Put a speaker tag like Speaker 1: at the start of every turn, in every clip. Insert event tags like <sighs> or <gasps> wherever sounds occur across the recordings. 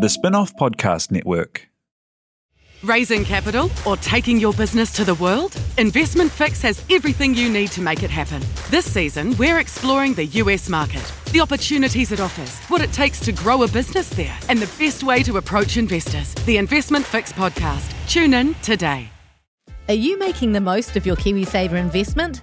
Speaker 1: The Spinoff Podcast Network.
Speaker 2: Raising capital or taking your business to the world? Investment Fix has everything you need to make it happen. This season, we're exploring the US market, the opportunities it offers, what it takes to grow a business there, and the best way to approach investors. The Investment Fix podcast. Tune in today.
Speaker 3: Are you making the most of your KiwiSaver investment?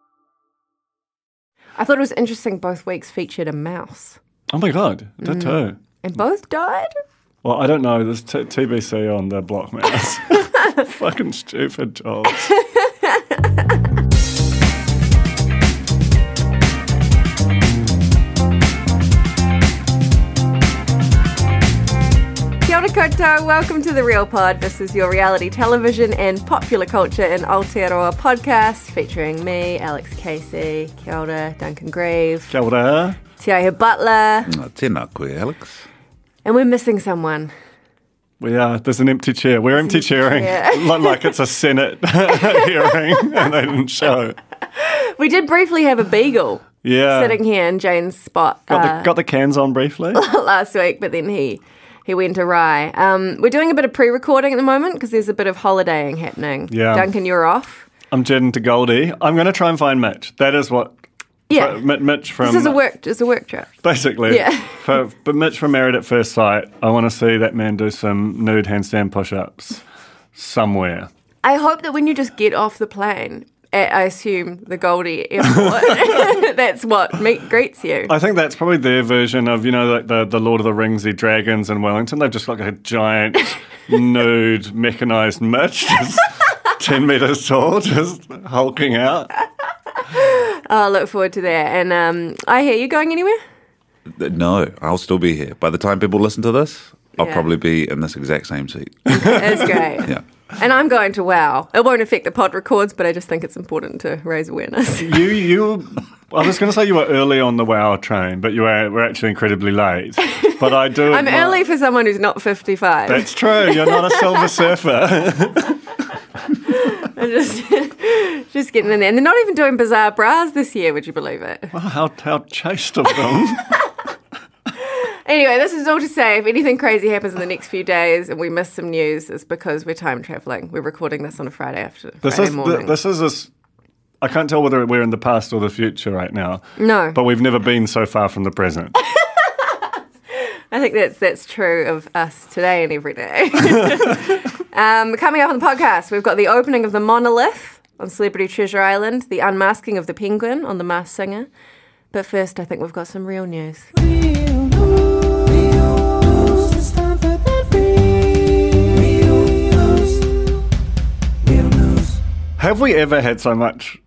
Speaker 4: I thought it was interesting both weeks featured a mouse.
Speaker 5: Oh my god, that
Speaker 4: Mm.
Speaker 5: too.
Speaker 4: And both died?
Speaker 5: Well, I don't know. There's t- TBC on the block
Speaker 4: <laughs>
Speaker 5: mouse. <laughs> Fucking stupid jobs.
Speaker 4: Kia ora koutou, welcome to The Real Pod. This is your reality television and popular culture in Aotearoa podcast featuring me, Alex Casey, Kia ora, Duncan Grieve,
Speaker 5: Kia ora.
Speaker 4: Tiaia Butler,
Speaker 6: Oh, tēnā koe, Alex.
Speaker 4: and we're missing someone.
Speaker 5: We are. There's an empty chair. We're empty chairing.
Speaker 4: chair.
Speaker 5: Look <laughs> like it's a Senate <laughs> hearing <laughs> and they didn't show.
Speaker 4: We did briefly have a
Speaker 5: <sighs>
Speaker 4: beagle
Speaker 5: Yeah.
Speaker 4: sitting here in Jane's spot
Speaker 5: Oh. Got,
Speaker 4: uh,
Speaker 5: the, got the cans
Speaker 4: <laughs>
Speaker 5: on briefly.
Speaker 4: last week, but then he he went awry. Um, we're doing a bit of pre-recording at the moment because there's a bit of holidaying happening.
Speaker 5: Yeah.
Speaker 4: Duncan, you're off.
Speaker 5: I'm jetting to Goldie. I'm going to try and find Mitch. That is what.
Speaker 4: Yeah.
Speaker 5: Mi- Mitch from.
Speaker 4: This is a work. It's a work trip.
Speaker 5: <laughs> Basically.
Speaker 4: Yeah.
Speaker 5: For, but Mitch from Married at First Sight, I want to see that man do some nude handstand push ups somewhere.
Speaker 4: I hope that when you just get off the plane at, I assume, the Goldie Airport, that's <laughs> what <laughs> meet, greets you.
Speaker 5: I think that's probably their version of you know like the the Lord of the Rings, the dragons in Wellington. They've just got, like
Speaker 4: <laughs>
Speaker 5: a giant nude mechanized Mitch, just ten meters tall, just hulking out.
Speaker 4: I look forward to that. And um, I hear you going anywhere?
Speaker 6: Th- No, I'll still be here. By the time people listen to this, I'll
Speaker 4: Yeah.
Speaker 6: probably be in this exact same seat. <laughs>
Speaker 5: <laughs>
Speaker 4: That's great.
Speaker 6: Yeah.
Speaker 4: And I'm going to WoW. It won't affect the pod records, but I just think it's important to raise
Speaker 5: <laughs>
Speaker 4: awareness.
Speaker 5: You you. I was going to say you were early on the WoW train, but you were, were actually incredibly late. But I
Speaker 4: <laughs>
Speaker 5: do.
Speaker 4: I'm
Speaker 5: admire-
Speaker 4: early for someone who's not 55.
Speaker 5: That's true. You're not a silver surfer.
Speaker 4: <laughs>
Speaker 5: <laughs>
Speaker 4: I'm just, <laughs> just getting in there. And they're not even doing bizarre bras this year, would you believe it?
Speaker 5: how how chaste of
Speaker 4: <laughs>
Speaker 5: them.
Speaker 4: Anyway, this is all to say if anything crazy happens in the next few days and we miss some news, it's because we're time traveling. We're recording this on a Friday after
Speaker 5: This
Speaker 4: Friday
Speaker 5: is th-
Speaker 4: morning.
Speaker 5: this is this. I can't tell whether we're in the past or the future right now.
Speaker 4: No.
Speaker 5: But we've never been so far from the present.
Speaker 4: I think that's that's true of us today and every day. <laughs> um, coming up on the podcast, we've got the opening of the monolith on Celebrity Treasure Island, the unmasking of the penguin on The Masked Singer. But first, I think we've got some real news.
Speaker 5: Have we ever had so much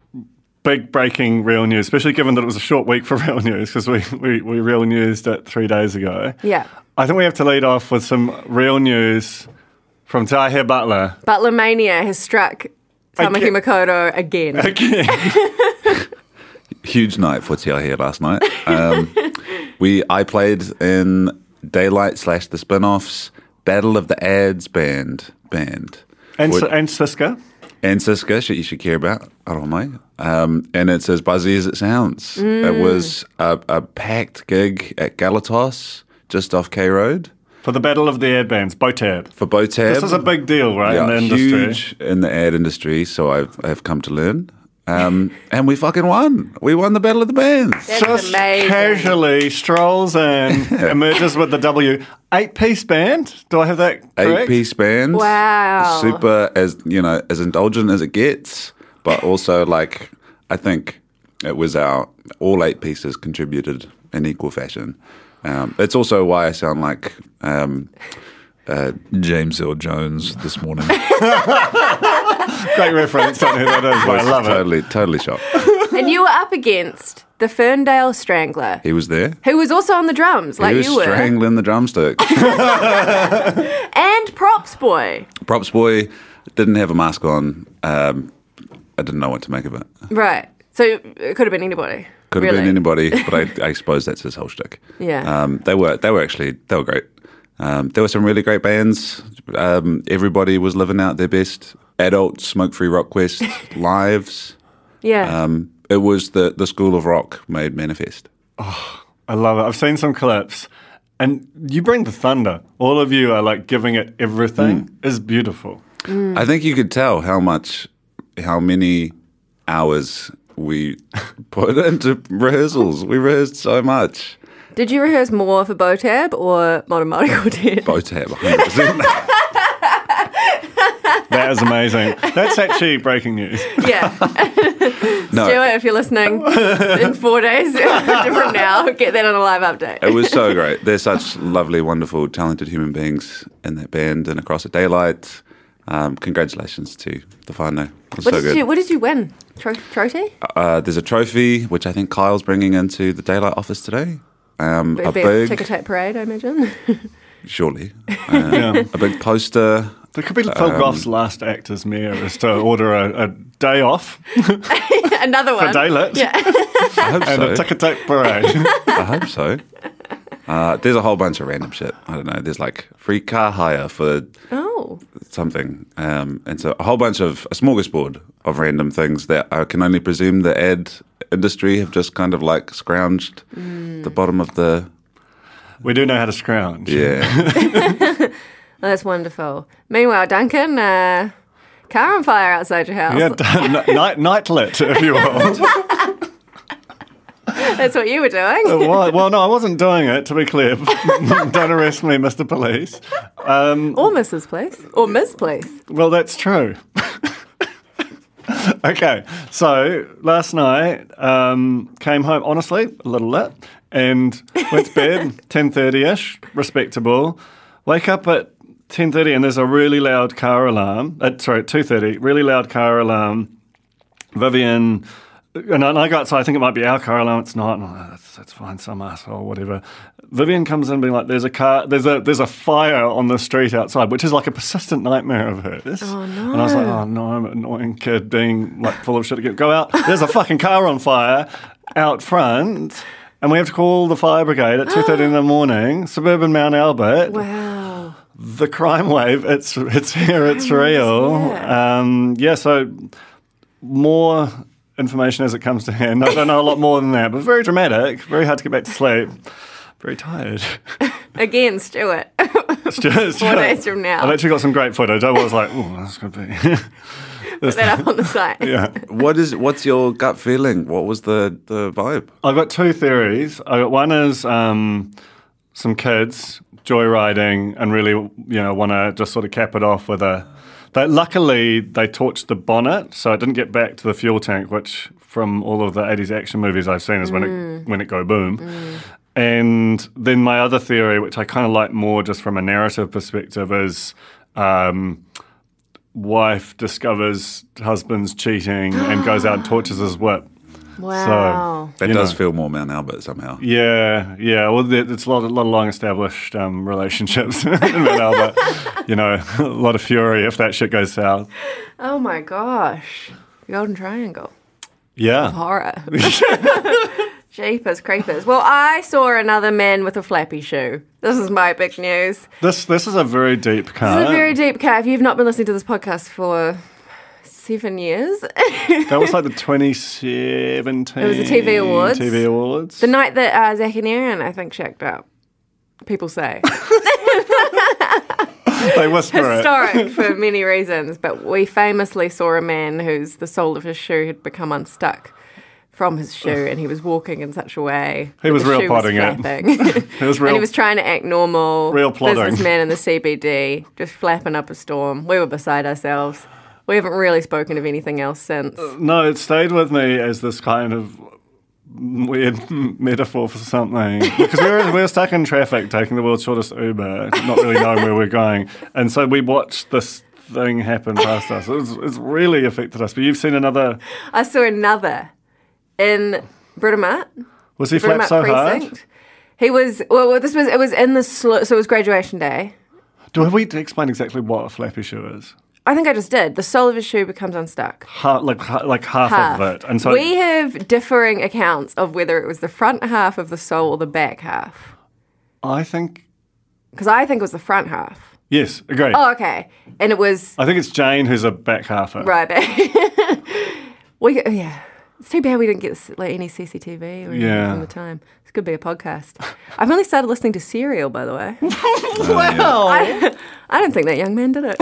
Speaker 5: big breaking real news, especially given that it was a short week for <laughs> real news because we, we, we real newsed it three days ago?
Speaker 4: Yeah.
Speaker 5: I think we have to lead off with some real news from Tahir Butler.
Speaker 4: Butler Mania has struck Tamaki
Speaker 5: Again.
Speaker 4: Makoto again.
Speaker 5: Again.
Speaker 6: Huge night for Tia here last night. Um, we I played in Daylight slash the spin offs Battle of the Ads band. Band.
Speaker 5: <laughs> and,
Speaker 6: Which-
Speaker 5: S- and Siska.
Speaker 6: and Siska, shit you should care about. I don't know. Um, and it's as buzzy as it sounds. It was a, a packed gig at Galatos, just off K Road,
Speaker 5: For the Battle of the Ad Bands, Botab.
Speaker 6: for Botab.
Speaker 5: This is a big deal, right, in the industry?
Speaker 6: huge in the ad industry. So I've I've come to learn. Um, and we fucking won. We won the battle of the bands.
Speaker 4: That's
Speaker 5: Just
Speaker 4: amazing.
Speaker 5: casually
Speaker 6: <laughs>
Speaker 5: strolls in, emerges with the W. Eight piece band? Do I have that correct?
Speaker 6: Eight piece band.
Speaker 4: Wow.
Speaker 6: Super as you know as indulgent as it gets, but also like I think it was our all eight pieces contributed in equal fashion. Um, it's also why I sound like um, uh, James Earl Jones this morning.
Speaker 5: Great reference. Don't know who that is, but I love it.
Speaker 6: totally, totally shocked.
Speaker 4: And you were up against the Ferndale Strangler,
Speaker 6: He was there.
Speaker 4: who was also on the drums, like
Speaker 6: he was
Speaker 4: you were,
Speaker 6: strangling the drumstick.
Speaker 4: and Props Boy.
Speaker 6: Props boy didn't have a mask on. Um, I didn't know what to make of it.
Speaker 4: Right. So it could have been anybody.
Speaker 6: Could have
Speaker 4: really.
Speaker 6: been anybody, but
Speaker 4: <laughs>
Speaker 6: I, I suppose that's his whole shtick.
Speaker 4: Yeah.
Speaker 6: Um, they were they were actually they were great. Um, there were some really great bands. Um, everybody was living out their best adult smoke free rock quest
Speaker 4: <laughs>
Speaker 6: lives.
Speaker 4: Yeah.
Speaker 6: Um, it was the the school of rock made manifest.
Speaker 5: I love it. I've seen some clips, and you bring the thunder. All of you are like giving it everything. It's beautiful.
Speaker 4: Mm.
Speaker 6: I think you could tell how much, how many hours
Speaker 4: <laughs>
Speaker 6: we put into rehearsals. We rehearsed so much.
Speaker 4: Did you rehearse more for Botab or Modern Monocle
Speaker 6: <laughs>
Speaker 4: did?
Speaker 6: Both have
Speaker 4: <laughs>
Speaker 6: 100%.
Speaker 5: That is amazing. That's actually breaking news.
Speaker 4: Yeah.
Speaker 6: No.
Speaker 4: Stuart, if you're
Speaker 6: <laughs>
Speaker 4: listening, in four days <laughs> from now, get that on a live update.
Speaker 6: It was so
Speaker 4: <laughs>
Speaker 6: great. They're such lovely, wonderful, talented human beings in that band and across at Daylight. Um, congratulations to the whānau. It was
Speaker 4: What
Speaker 6: so
Speaker 4: did
Speaker 6: good.
Speaker 4: you What did you win? Tro- trophy?
Speaker 6: uh, there's a trophy, which I think Kyle's bringing into the Daylight office today. Um, a
Speaker 4: Be-
Speaker 6: big,
Speaker 4: ticker tape parade,
Speaker 6: <laughs>
Speaker 4: I imagine. <laughs>
Speaker 6: surely, Uh,
Speaker 5: Yeah.
Speaker 6: a big poster.
Speaker 5: That could be Phil Goff's last act as mayor is to order a, a day off,
Speaker 4: Another one.
Speaker 5: a daylit,
Speaker 6: I hope
Speaker 5: and
Speaker 6: so.
Speaker 5: a ticker tape parade.
Speaker 6: I hope so. Uh, there's a whole bunch of random shit. I don't know. There's like free car hire for
Speaker 4: Oh,
Speaker 6: something. Um, and so a whole bunch of a smorgasbord of random things that I can only presume the ad industry have just kind of like scrounged
Speaker 4: Mm.
Speaker 6: the bottom of the
Speaker 5: we do know how to scrounge. <laughs>
Speaker 6: yeah.
Speaker 4: well, that's wonderful. Meanwhile, Duncan, uh, car on fire outside your house.
Speaker 5: Yeah, d- n- night nightlet, if you will.
Speaker 4: That's what you were
Speaker 6: Oh.
Speaker 4: doing.
Speaker 5: well, well, no, I wasn't doing it. To be clear, <laughs> don't arrest me, Mr. Police.
Speaker 4: or Mrs. Place. Or Ms. Place.
Speaker 5: Well, that's true. <laughs> okay, so last night um, came home honestly a little lit and went to bed ten thirty ish, respectable. Wake up at ten thirty and there's a really loud car alarm. Uh, sorry, two thirty, really loud car alarm. Vivian. And I and I go outside, I think it might be our car alarm. It's not. And I'm like, that's, that's fine, some asshole, whatever. Vivian comes in being like, there's a car, there's a there's a fire on the street outside, which is like a persistent nightmare of hers. Oh, no. And I was like, oh, no, I'm an annoying kid being like full of shit again. Go out, there's a fucking car on fire out front. And we have to call the fire brigade at 2.30 in the morning, suburban Mount Albert
Speaker 6: Oh.
Speaker 4: Wow.
Speaker 5: the crime wave. It's it's here. It's real. Um, yeah. So more information as it comes to hand. I don't know a lot more than that, but very dramatic. Very hard to get back to sleep. Very tired. <laughs>
Speaker 4: Again, Stuart.
Speaker 5: It's just-
Speaker 4: Four
Speaker 5: <laughs>
Speaker 4: days from now.
Speaker 5: I've actually got some great footage. I was like, oh, that's good. <laughs>
Speaker 4: Put that up on the site.
Speaker 5: yeah.
Speaker 6: what is what's your gut feeling? What was the the vibe?
Speaker 5: I've got two theories. I got one is um, some kids joyriding and really, you know, want to just sort of cap it off with a. That luckily they torched the bonnet, so it didn't get back to the fuel tank, which from all of the '80s action movies I've seen is when it when it go boom. And then my other theory, which I kind of like more just from a narrative perspective, is. Um, wife discovers husband's cheating and goes out and tortures his whip.
Speaker 4: Wow.
Speaker 6: That
Speaker 5: You
Speaker 6: does
Speaker 5: know.
Speaker 6: feel more Mount Albert somehow.
Speaker 5: Yeah, yeah. Well, there- it's a lot, a lot of long established um, relationships <laughs> in Mount Albert. You know, <laughs> a lot of fury if that shit goes south.
Speaker 4: Oh my gosh. Golden Triangle.
Speaker 5: Yeah.
Speaker 4: Horror. <laughs> Jeepers creepers. Well, I saw another man with a flappy shoe. This is my big news.
Speaker 5: This this is a very deep
Speaker 4: This
Speaker 5: car.
Speaker 4: is a very deep cut. If you've not been listening to this podcast for seven years, <laughs>
Speaker 5: that was like the 2017.
Speaker 4: It was the TV awards.
Speaker 5: TV Awards.
Speaker 4: the night that uh, Zach and Aaron, I think, shacked up, people say. <laughs>
Speaker 5: they whisper it. <laughs>
Speaker 4: Historic for many reasons, but we famously saw a man whose the sole of his shoe had become unstuck from his shoe and he was walking in such a way. that
Speaker 5: was
Speaker 4: the
Speaker 5: real
Speaker 4: shoe
Speaker 5: plotting it. <laughs>
Speaker 4: flapping.
Speaker 5: It was
Speaker 4: <laughs>
Speaker 5: real.
Speaker 4: And he was trying to act normal.
Speaker 5: Real plotting.
Speaker 4: Businessman in the CBD, just flapping up a storm. We were beside ourselves. We haven't really spoken of anything else since.
Speaker 5: no, it stayed with me as this kind of weird <laughs> metaphor for something because we were, we were stuck in traffic taking the world's shortest Uber, not really knowing where we were going, and so we watched this thing happen past us. It was, it's really affected us. But you've seen another
Speaker 4: I saw another in Britomart.
Speaker 5: Was he
Speaker 4: Britomart
Speaker 5: flapped so hard?
Speaker 4: He was well, well. This was it was in the slow, so it was graduation day.
Speaker 5: Do have we explain exactly what a flappy shoe is?
Speaker 4: I think I just did. The sole of his shoe becomes unstuck.
Speaker 5: Half, like ha- like half, of it, and so
Speaker 4: we have differing accounts of whether it was the front half of the sole or the back half.
Speaker 5: I think
Speaker 4: Because I think it was the front half.
Speaker 5: yes, agree.
Speaker 4: Oh, okay. And it was
Speaker 5: I think it's Jane who's a back halfer.
Speaker 4: right back. <laughs> we oh, yeah. It's too bad we didn't get s- like any CCTV or anything
Speaker 5: Yeah.
Speaker 4: from the time. This could be a podcast. I've only started listening to Serial, by the way.
Speaker 5: Uh, Oh.
Speaker 3: Wow.
Speaker 4: I, <laughs> I don't think that young man
Speaker 5: <laughs>
Speaker 4: did it.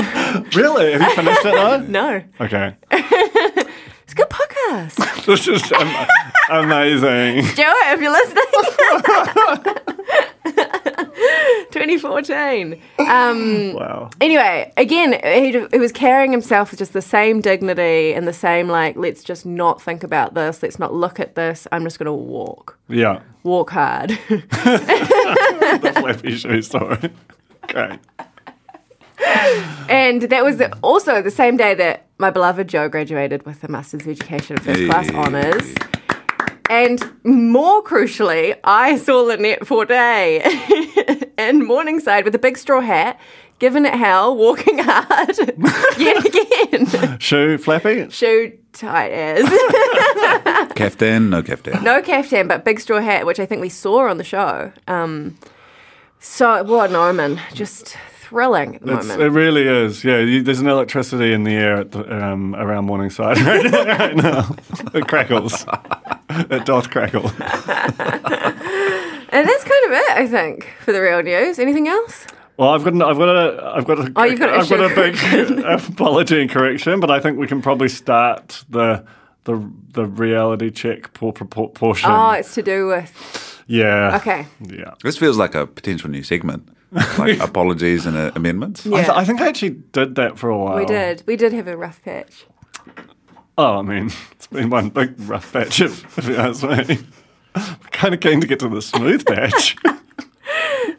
Speaker 5: Really? Have you finished it though?
Speaker 4: No,
Speaker 5: Okay.
Speaker 4: it's a good podcast.
Speaker 5: <laughs> This is am- amazing.
Speaker 4: Stuart, if you're listening. <laughs> 2014. Um,
Speaker 5: Wow.
Speaker 4: anyway, again, he, he was carrying himself with just the same dignity and the same, like, let's just not think about this, let's not look at this, I'm just going to walk.
Speaker 5: Yeah.
Speaker 4: Walk hard. <laughs>
Speaker 5: The flappy shoe story. Great.
Speaker 4: and that was the, also the same day that my beloved Joe graduated with a Masters of Education First Class
Speaker 6: Hey.
Speaker 4: Honours. And more crucially, I saw Lynette <laughs> Forday in Morningside with a big straw hat, giving it hell, walking <laughs> hard, yet again.
Speaker 5: Shoe flappy?
Speaker 4: Shoe tight as.
Speaker 6: Caftan, no caftan.
Speaker 4: <laughs> No caftan, but big straw hat, which I think we saw on the show. Um, so, what an omen. Just thrilling at the
Speaker 5: It's,
Speaker 4: moment.
Speaker 5: it really is. Yeah. You, there's an electricity in the air at the, um, around Morningside <laughs> right now. Right now. It crackles. It doth crackle.
Speaker 4: And that's kind of it, I think, for the real news. Anything else?
Speaker 5: Well, I've got, an, I've got a, I've got a,
Speaker 4: Oh, you've got an
Speaker 5: I've got
Speaker 4: issue.
Speaker 5: a big <laughs> apology and correction, but I think we can probably start the, the, the reality check por- por- portion.
Speaker 4: Oh, it's to do with.
Speaker 5: yeah.
Speaker 4: Okay.
Speaker 5: Yeah.
Speaker 6: This feels like a potential new segment,
Speaker 5: <laughs>
Speaker 6: like apologies and uh, amendments.
Speaker 5: I, th-
Speaker 4: Yeah.
Speaker 5: I think I actually did that for a while.
Speaker 4: We did. We did have a rough patch.
Speaker 5: Oh, I mean, <laughs> it's been one big rough patch, <laughs> if, if you ask me. I'm kind of keen to get to the smooth patch. <laughs>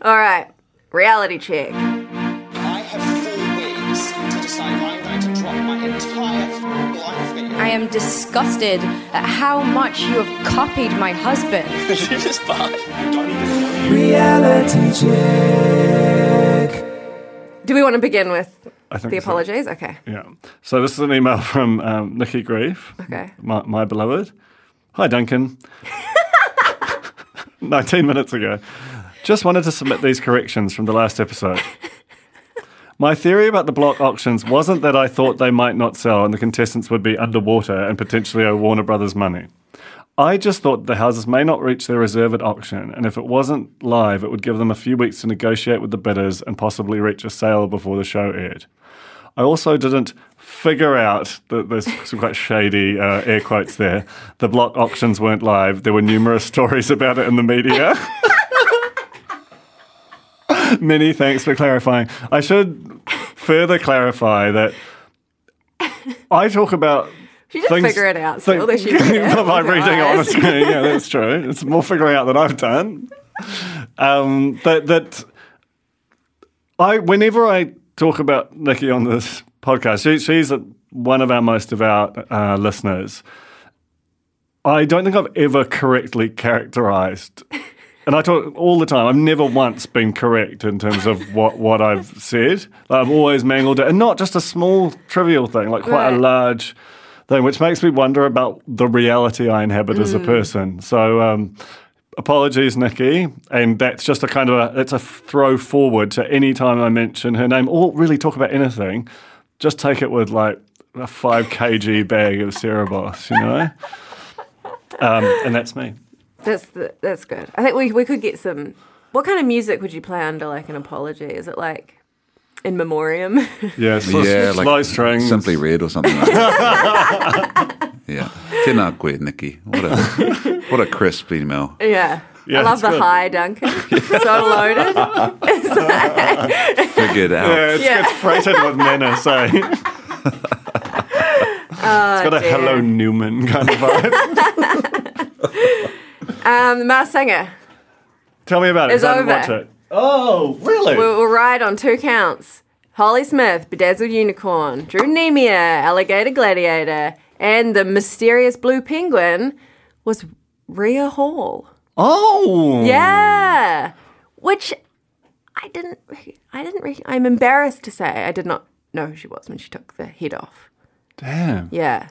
Speaker 4: All right. Reality check.
Speaker 7: I have four weeks to decide I'm going to drop my entire life
Speaker 8: <laughs>
Speaker 7: in.
Speaker 9: I am disgusted at how much you have copied my husband.
Speaker 7: this is bad. I don't even know you.
Speaker 4: Do we want to begin with
Speaker 5: I think
Speaker 4: the
Speaker 5: so.
Speaker 4: apologies? Okay.
Speaker 5: Yeah. So this is an email from um, Nikki Grief.
Speaker 4: Okay.
Speaker 5: My, my beloved. Hi, Duncan. 19 minutes ago. Just wanted to submit these corrections from the last episode. My theory about the block auctions wasn't that I thought they might not sell and the contestants would be underwater and potentially owe Warner Brothers money. I just thought the houses may not reach their reserve at auction, and if it wasn't live, it would give them a few weeks to negotiate with the bidders and possibly reach a sale before the show aired. I also didn't figure out that there's some quite shady uh, air quotes there. The block auctions weren't live. There were numerous <laughs> stories about it in the media. <laughs> Many thanks for clarifying. I should further clarify that I talk about.
Speaker 4: She did
Speaker 5: things-
Speaker 4: figure it out.
Speaker 5: thing-
Speaker 4: Still, there
Speaker 5: <laughs>
Speaker 4: she did it
Speaker 5: by
Speaker 4: with her
Speaker 5: reading on the
Speaker 4: eyes.
Speaker 5: screen. Yeah, that's true. It's more figuring out than I've done. Um, that that I whenever I talk about Nikki on this podcast, she, she's a, one of our most devout uh, listeners. I don't think I've ever correctly characterized, and I talk all the time. I've never once been correct in terms of what, what I've said. Like, I've always mangled it, and not just a small trivial thing, like quite a
Speaker 4: Right.
Speaker 5: large thing, which makes me wonder about the reality I inhabit as a person. So, um, apologies, Nikki, and that's just a kind of a it's a throw forward to any time I mention her name or really talk about anything. Just take it with like a five kg bag of Cerebos, you know. Um, and that's me.
Speaker 4: <laughs> That's the, that's good. I think we we could get some. What kind of music would you play under like an apology? Is it like in memoriam? <laughs>
Speaker 5: Yeah, sl-
Speaker 6: yeah,
Speaker 5: slow strings.
Speaker 6: Simply red or something. like that.
Speaker 5: <laughs>
Speaker 6: yeah, tēnā koe, Nikki. What a what a crisp email.
Speaker 4: yeah.
Speaker 5: Yeah,
Speaker 4: I love
Speaker 5: it's
Speaker 4: the
Speaker 5: good.
Speaker 4: high,
Speaker 5: <laughs>
Speaker 4: Duncan. so loaded.
Speaker 6: Figured
Speaker 5: Yeah,
Speaker 6: out.
Speaker 5: it's, it's freighted with manner, so it's got a
Speaker 4: dear.
Speaker 5: hello Newman kind of vibe.
Speaker 4: Um, the Masked Singer.
Speaker 5: Tell me about it.
Speaker 4: It's
Speaker 5: 'cause I didn't
Speaker 4: over.
Speaker 5: watch it. Oh, really?
Speaker 4: We were right on two counts. Holly Smith, Bedazzled Unicorn, Drew Nemia, Alligator Gladiator, and the mysterious Blue Penguin was Rhea Hall.
Speaker 5: Oh,
Speaker 4: Yeah, which I didn't. re- I didn't. Re- I'm embarrassed to say I did not know who she was when she took the head off.
Speaker 5: damn.
Speaker 4: Yeah,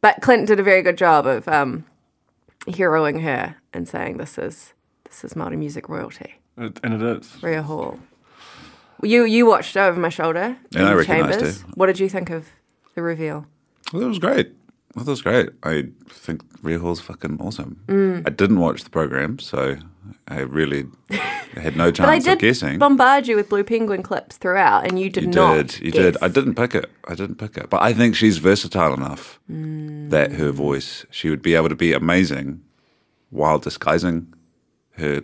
Speaker 4: but Clint did a very good job of um, heroing her and saying this is this is Maori music royalty.
Speaker 5: It- And it is.
Speaker 4: Rhea Hall. You you watched over my shoulder. in
Speaker 6: I
Speaker 4: the
Speaker 6: recognised
Speaker 4: Chambers.
Speaker 6: her.
Speaker 4: What did you think of the reveal?
Speaker 6: Well, that was great. Well, that was great. I think Rhea Hall's fucking awesome.
Speaker 4: Mm.
Speaker 6: I didn't watch the program, so I really had no
Speaker 4: <laughs> But I
Speaker 6: chance
Speaker 4: did
Speaker 6: of guessing.
Speaker 4: bombard you with Blue Penguin clips throughout, and you did
Speaker 6: you
Speaker 4: not.
Speaker 6: did. You did.
Speaker 4: guess.
Speaker 6: I didn't pick it. I didn't pick it. But I think she's versatile enough
Speaker 4: Mm.
Speaker 6: that her voice, she would be able to be amazing while disguising her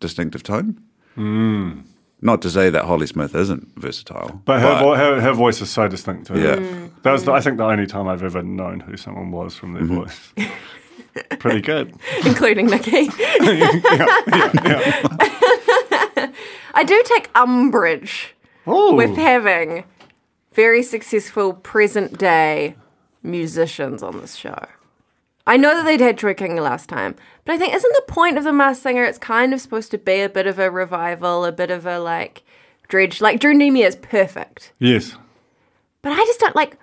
Speaker 6: distinctive tone.
Speaker 4: Mm.
Speaker 6: Not to say that Holly Smith isn't versatile,
Speaker 5: But her, vo- her, her voice is so distinctive.
Speaker 6: Yeah.
Speaker 4: Mm.
Speaker 5: That was, the, I think, the only time I've ever known who someone was from their voice. <laughs> Pretty good.
Speaker 4: <laughs> including Nikki.
Speaker 6: <laughs>
Speaker 4: <laughs> I do take umbrage
Speaker 5: Oh,
Speaker 4: with having very successful present day musicians on this show. I know that they'd had Troy King last time, but I think isn't the point of the Masked Singer? It's kind of supposed to be a bit of a revival, a bit of a like dredge. Like Drew Nemia is perfect,
Speaker 5: yes.
Speaker 4: but I just don't like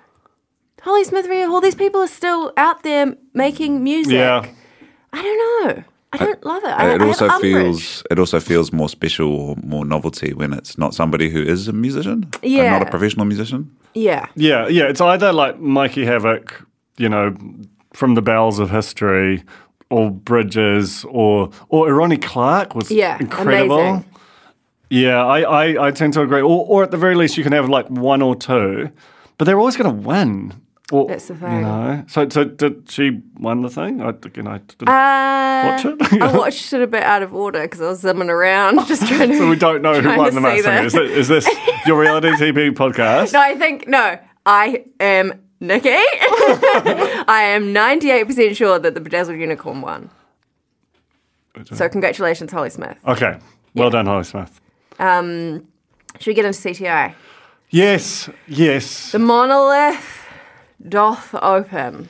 Speaker 4: Holly Smith, Rhea Hall. These people are still out there making music.
Speaker 5: Yeah.
Speaker 4: I don't know. I don't love it. I,
Speaker 6: it
Speaker 4: I have
Speaker 6: also
Speaker 4: umbrage.
Speaker 6: feels it also feels more special or more novelty when it's not somebody who is a musician, and
Speaker 4: Yeah.
Speaker 6: not a professional musician.
Speaker 4: yeah.
Speaker 5: Yeah, yeah. It's either like Mikey Havoc, you know, from the bowels of history, or Bridges, or or Ronnie Clark was
Speaker 4: Yeah,
Speaker 5: incredible.
Speaker 4: amazing.
Speaker 5: Yeah, I, I I tend to agree. Or or at the very least, you can have like one or two, but they're always going to win. Or,
Speaker 4: That's the
Speaker 5: You
Speaker 4: thing.
Speaker 5: know? So so did she win the thing? I again I didn't
Speaker 4: Uh,
Speaker 5: watch it. <laughs>
Speaker 4: I watched it a bit out of order because I was zimming around just trying to.
Speaker 5: so we don't know who
Speaker 4: trying
Speaker 5: won
Speaker 4: to
Speaker 5: the
Speaker 4: see
Speaker 5: Masked Singer. Is,
Speaker 4: that.
Speaker 5: it- is this your reality TV
Speaker 4: <laughs>
Speaker 5: podcast?
Speaker 4: No, I think no. I am
Speaker 5: <laughs>
Speaker 4: Nikki. I am ninety-eight percent sure that the bedazzled unicorn won. So congratulations, Holly Smith.
Speaker 5: Okay. Well done, Holly Smith.
Speaker 4: Um, should we get into CTI?
Speaker 5: Yes, yes.
Speaker 4: The monolith doth open.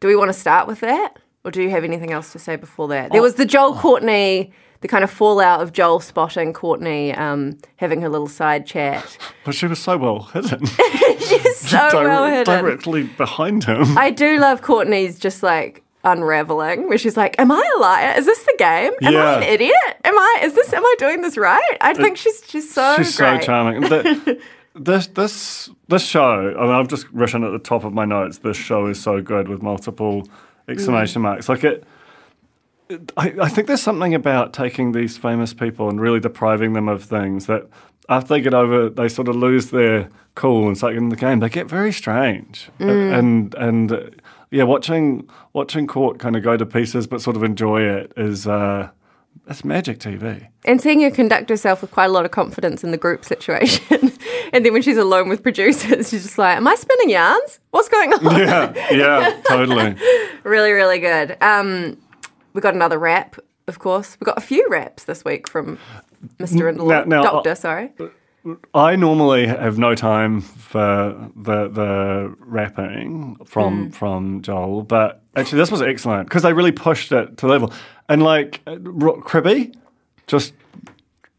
Speaker 4: Do we want to start with that? Or do you have anything else to say before that?
Speaker 5: Oh.
Speaker 4: There was the Joel Courtney, the kind of fallout of Joel spotting Courtney um, having her little side chat.
Speaker 5: But she was so
Speaker 4: <laughs>
Speaker 5: well hidden.
Speaker 4: So
Speaker 5: Dire-
Speaker 4: well hidden.
Speaker 5: Directly behind him.
Speaker 4: I do love Courtney's just like unraveling, where she's like, Am I a liar? Is this the game? Am
Speaker 5: Yeah.
Speaker 4: I an idiot? Am I is this am I doing this right? I think she's she's so
Speaker 5: She's
Speaker 4: great.
Speaker 5: so charming.
Speaker 4: <laughs>
Speaker 5: The- this this this show. I mean, I've just written at the top of my notes. This show is so good with multiple
Speaker 4: Mm.
Speaker 5: exclamation marks. Like it. it- I, I think there's something about taking these famous people and really depriving them of things that after they get over, they sort of lose their cool and start getting in the game. They get very strange,
Speaker 4: Mm.
Speaker 5: and and uh, yeah, watching watching Court kind of go to pieces, but sort of enjoy it is uh, it's
Speaker 4: <laughs>
Speaker 5: magic TV.
Speaker 4: And seeing her conduct herself with quite a lot of confidence in the group situation. <laughs> and then when she's alone with producers, she's just like, Am I spinning yarns? What's going on?
Speaker 5: yeah, yeah, totally.
Speaker 4: <laughs> really, really good. Um, we got another rap, of course. We got a few raps this week from Mr. and
Speaker 5: now- now,
Speaker 4: Doctor,
Speaker 5: uh,
Speaker 4: sorry.
Speaker 5: I normally have no time for the the rapping
Speaker 4: Mm.
Speaker 5: from from Joel, but actually this was excellent because they really pushed it to the level. And like uh, Ro- Cribby, just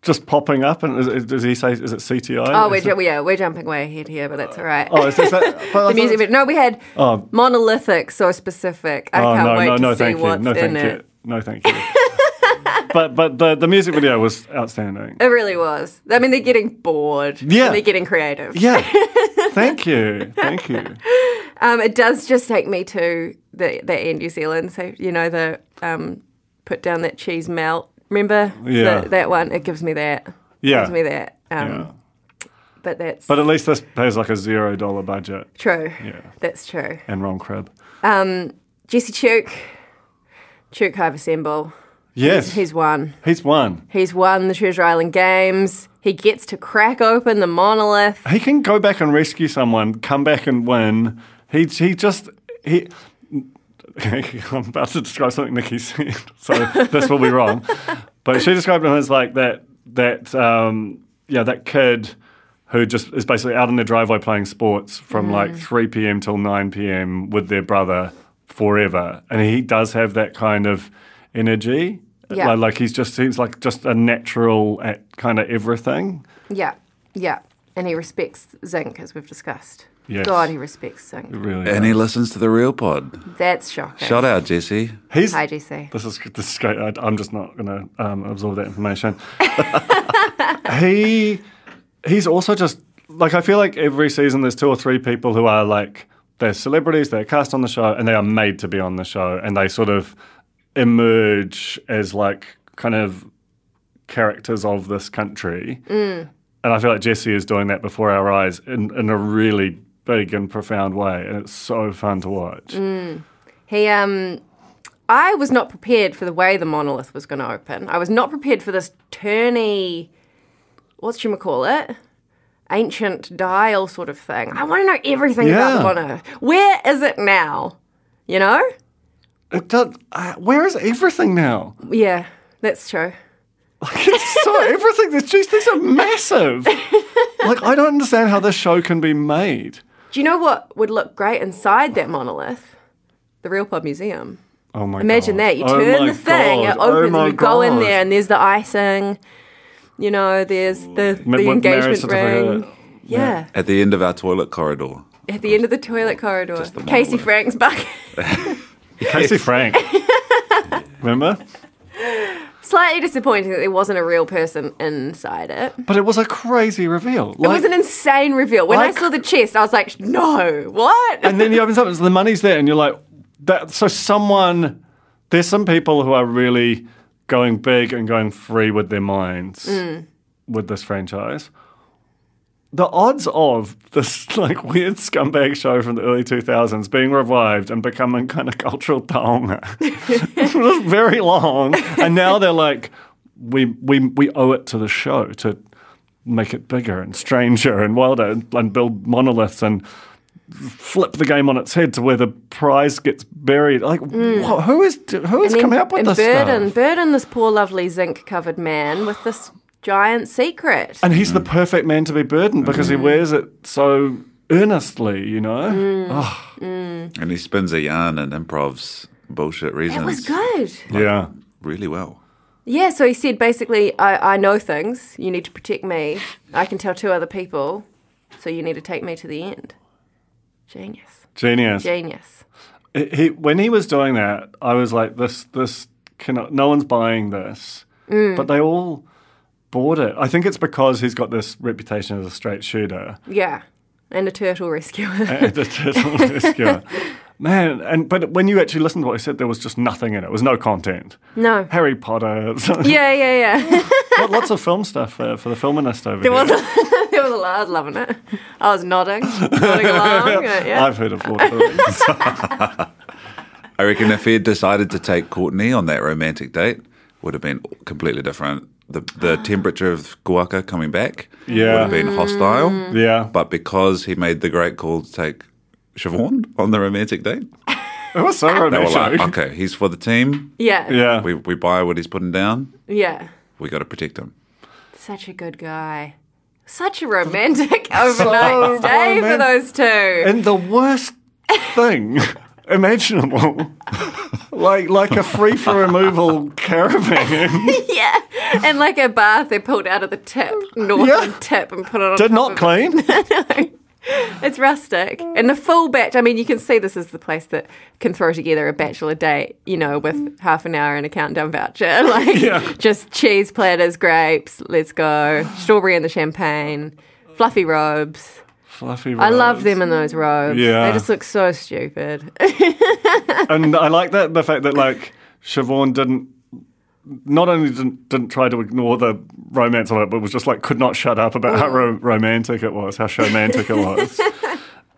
Speaker 5: just popping up, and is, is- does he say is it CTI?
Speaker 4: Oh, we're,
Speaker 5: Is
Speaker 4: ju-
Speaker 5: it-
Speaker 4: yeah, we're jumping way ahead here, but that's all right.
Speaker 5: Oh, is, is that, but I
Speaker 4: <laughs> the
Speaker 5: thought
Speaker 4: music,
Speaker 5: it's-
Speaker 4: but no, we had
Speaker 5: Oh.
Speaker 4: monolithic, so specific. I
Speaker 5: Oh,
Speaker 4: can't
Speaker 5: no,
Speaker 4: wait
Speaker 5: no,
Speaker 4: to
Speaker 5: no,
Speaker 4: see
Speaker 5: thank
Speaker 4: what's
Speaker 5: you. No,
Speaker 4: in
Speaker 5: thank
Speaker 4: it.
Speaker 5: you. No, thank
Speaker 4: <laughs>
Speaker 5: you. but but the the music video was outstanding.
Speaker 4: It really was. I mean, they're getting bored. and
Speaker 5: Yeah.
Speaker 4: they're getting creative. <laughs>
Speaker 5: Yeah, thank you, thank you.
Speaker 4: Um, it does just take me to the the Air New Zealand. So you know the um, put down that cheese melt. Remember
Speaker 5: Yeah.
Speaker 4: The- that one? It gives me that.
Speaker 5: Yeah.
Speaker 4: gives me that. Um,
Speaker 5: Yeah.
Speaker 4: But that's
Speaker 5: But at least this pays like a zero dollar budget.
Speaker 4: true.
Speaker 5: Yeah.
Speaker 4: That's true.
Speaker 5: And Ron Crib.
Speaker 4: Um, Jesse Chuke, Chuke Hive Assemble.
Speaker 5: Yes,
Speaker 4: He's won.
Speaker 5: he's won.
Speaker 4: He's won the Treasure Island Games. He gets to crack open the monolith.
Speaker 5: he can go back and rescue someone, come back and win. He he just he. <laughs> I'm about to describe something Nikki said, <laughs> so this will be wrong. But she described him as like that that um, yeah that kid who just is
Speaker 4: Mm.
Speaker 5: basically out in their driveway playing sports from like 3 p.m. till 9 p.m. with their brother forever, and he does have that kind of energy.
Speaker 4: Yeah.
Speaker 5: Like, like he's just seems like just a natural at kind of everything.
Speaker 4: Yeah, yeah. And he respects Zinc, as we've discussed.
Speaker 5: Yes.
Speaker 4: God, he respects Zinc.
Speaker 5: Really,
Speaker 6: And he listens to the real pod.
Speaker 4: That's shocking.
Speaker 6: Shout out, Jesse.
Speaker 5: he's
Speaker 4: Hi, GC.
Speaker 5: This is this is great. I, I'm just not going to um, absorb that information. <laughs> he he's also just like I feel like every season there's two or three people who are like they're celebrities, they're cast on the show, and they are made to be on the show, and they sort of emerge as like kind of characters of this country. And I feel like Jesse is doing that before our eyes in, in a really big and profound way, and it's so fun to watch.
Speaker 4: He um I was not prepared for the way the monolith was gonna open. I was not prepared for this turny what's you call it? Ancient dial sort of thing. I wanna know everything about
Speaker 5: Yeah.
Speaker 4: the monolith. Where is it now? You know?
Speaker 5: It does, uh, where is everything now?
Speaker 4: Yeah, that's true. <laughs>
Speaker 5: It's so everything. These geez, these are massive. Like I don't understand how this show can be made.
Speaker 4: Do you know what would look great inside that monolith? The Real Pod Museum.
Speaker 5: Oh my!
Speaker 4: Imagine
Speaker 5: God.
Speaker 4: that. You
Speaker 5: Oh
Speaker 4: turn
Speaker 5: my
Speaker 4: the thing,
Speaker 5: God.
Speaker 4: it opens,
Speaker 5: oh
Speaker 4: and
Speaker 5: my
Speaker 4: you go in
Speaker 5: God.
Speaker 4: there, and there's the icing. You know, there's the, the
Speaker 5: Ma- ma- marriage
Speaker 4: engagement
Speaker 5: certificate.
Speaker 4: ring. yeah.
Speaker 6: At the end of our toilet corridor.
Speaker 4: At the end of the toilet corridor,
Speaker 6: the one
Speaker 4: Casey
Speaker 6: word.
Speaker 4: Frank's bucket. <laughs>
Speaker 5: Casey Frank. Remember?
Speaker 4: Slightly disappointing that there wasn't a real person inside it.
Speaker 5: But it was a crazy reveal.
Speaker 4: it was an insane reveal. When
Speaker 5: like-
Speaker 4: I saw the chest, I was like, no, what?
Speaker 5: <laughs> and then he opens up, and the money's there, and you're like, that. So someone, there's some people who are really going big and going free with their minds with this franchise. The odds of this <laughs> like weird scumbag show from the early 2000s being revived and becoming kind of cultural trauma <laughs> was very long, and now they're like, we we we owe it to the show to make it bigger and stranger and wilder and, and build monoliths and flip the game on its head to where the prize gets buried. Like, wha- who is who
Speaker 4: Mm.
Speaker 5: has
Speaker 4: And
Speaker 5: come
Speaker 4: then-
Speaker 5: up with
Speaker 4: and
Speaker 5: this
Speaker 4: burden,
Speaker 5: stuff?
Speaker 4: burden this poor, lovely zinc-covered man with this giant secret.
Speaker 5: And he's the perfect man to be burdened because he
Speaker 4: Mm.
Speaker 5: wears it so earnestly. You know,
Speaker 6: And he spins a yarn and improvs bullshit reasons.
Speaker 4: It was good.
Speaker 5: yeah.
Speaker 6: Really well.
Speaker 4: Yeah, so he said basically, I, I know things. You need to protect me. I can tell two other people, so you need to take me to the end. Genius.
Speaker 5: Genius.
Speaker 4: Genius.
Speaker 5: He- he when he was doing that, I was like, this this cannot. No one's buying this,
Speaker 4: Mm.
Speaker 5: but they all bought it. I think it's because he's got this reputation as a straight
Speaker 4: <laughs>
Speaker 5: shooter <laughs>
Speaker 4: Yeah. And a turtle rescuer.
Speaker 5: and a turtle rescuer. Man, and but when you actually listened to what he said, there was just nothing in it. It was no content.
Speaker 4: No.
Speaker 5: Harry Potter. <laughs>
Speaker 4: Yeah, yeah, yeah. <laughs>
Speaker 5: Lot- lots of film stuff uh, for the filminist over there here.
Speaker 4: There was a lot. I was loving it. I was nodding, nodding
Speaker 5: <laughs>
Speaker 4: along. uh, Yeah.
Speaker 5: I've heard of Lord of the Rings.
Speaker 6: I reckon if he had decided to take Courtney on that romantic date, would have been completely different. The the
Speaker 4: Ah.
Speaker 6: temperature of Guaca coming back would
Speaker 5: Yeah.
Speaker 6: have been hostile.
Speaker 4: Mm.
Speaker 5: yeah, but
Speaker 6: But because he made the great call to take Siobhan on the romantic date,
Speaker 5: it was so
Speaker 6: they were like,
Speaker 5: romantic.
Speaker 6: okay, he's for the team.
Speaker 4: yeah,
Speaker 5: <laughs> Yeah,
Speaker 6: We, we buy what he's putting down.
Speaker 4: yeah.
Speaker 6: We got to protect him.
Speaker 4: Such a good guy. Such a
Speaker 5: <laughs>
Speaker 4: romantic overnight stay for
Speaker 5: romantic.
Speaker 4: those two.
Speaker 5: and the worst thing imaginable, like like a free for removal caravan,
Speaker 4: <laughs> Yeah, and like a bath, they pulled out of the tip, northern
Speaker 5: Yeah.
Speaker 4: tip, and put it on.
Speaker 5: <laughs> did
Speaker 4: top
Speaker 5: not
Speaker 4: of-
Speaker 5: clean.
Speaker 4: <laughs> It's rustic, and the full batch. I mean, you can see this is the place that can throw together a bachelor date. You know, with half an hour and a countdown voucher, <laughs> like just cheese platters, grapes. Let's go, strawberry and the champagne, fluffy robes.
Speaker 5: Fluffy.
Speaker 4: I love them in those robes.
Speaker 5: Yeah.
Speaker 4: They just look so stupid.
Speaker 5: and I like that the fact that like Siobhan didn't not only didn't, didn't try to ignore the romance of it, but was just like could not shut up about how ro- romantic it was, how showmantic it <laughs> was.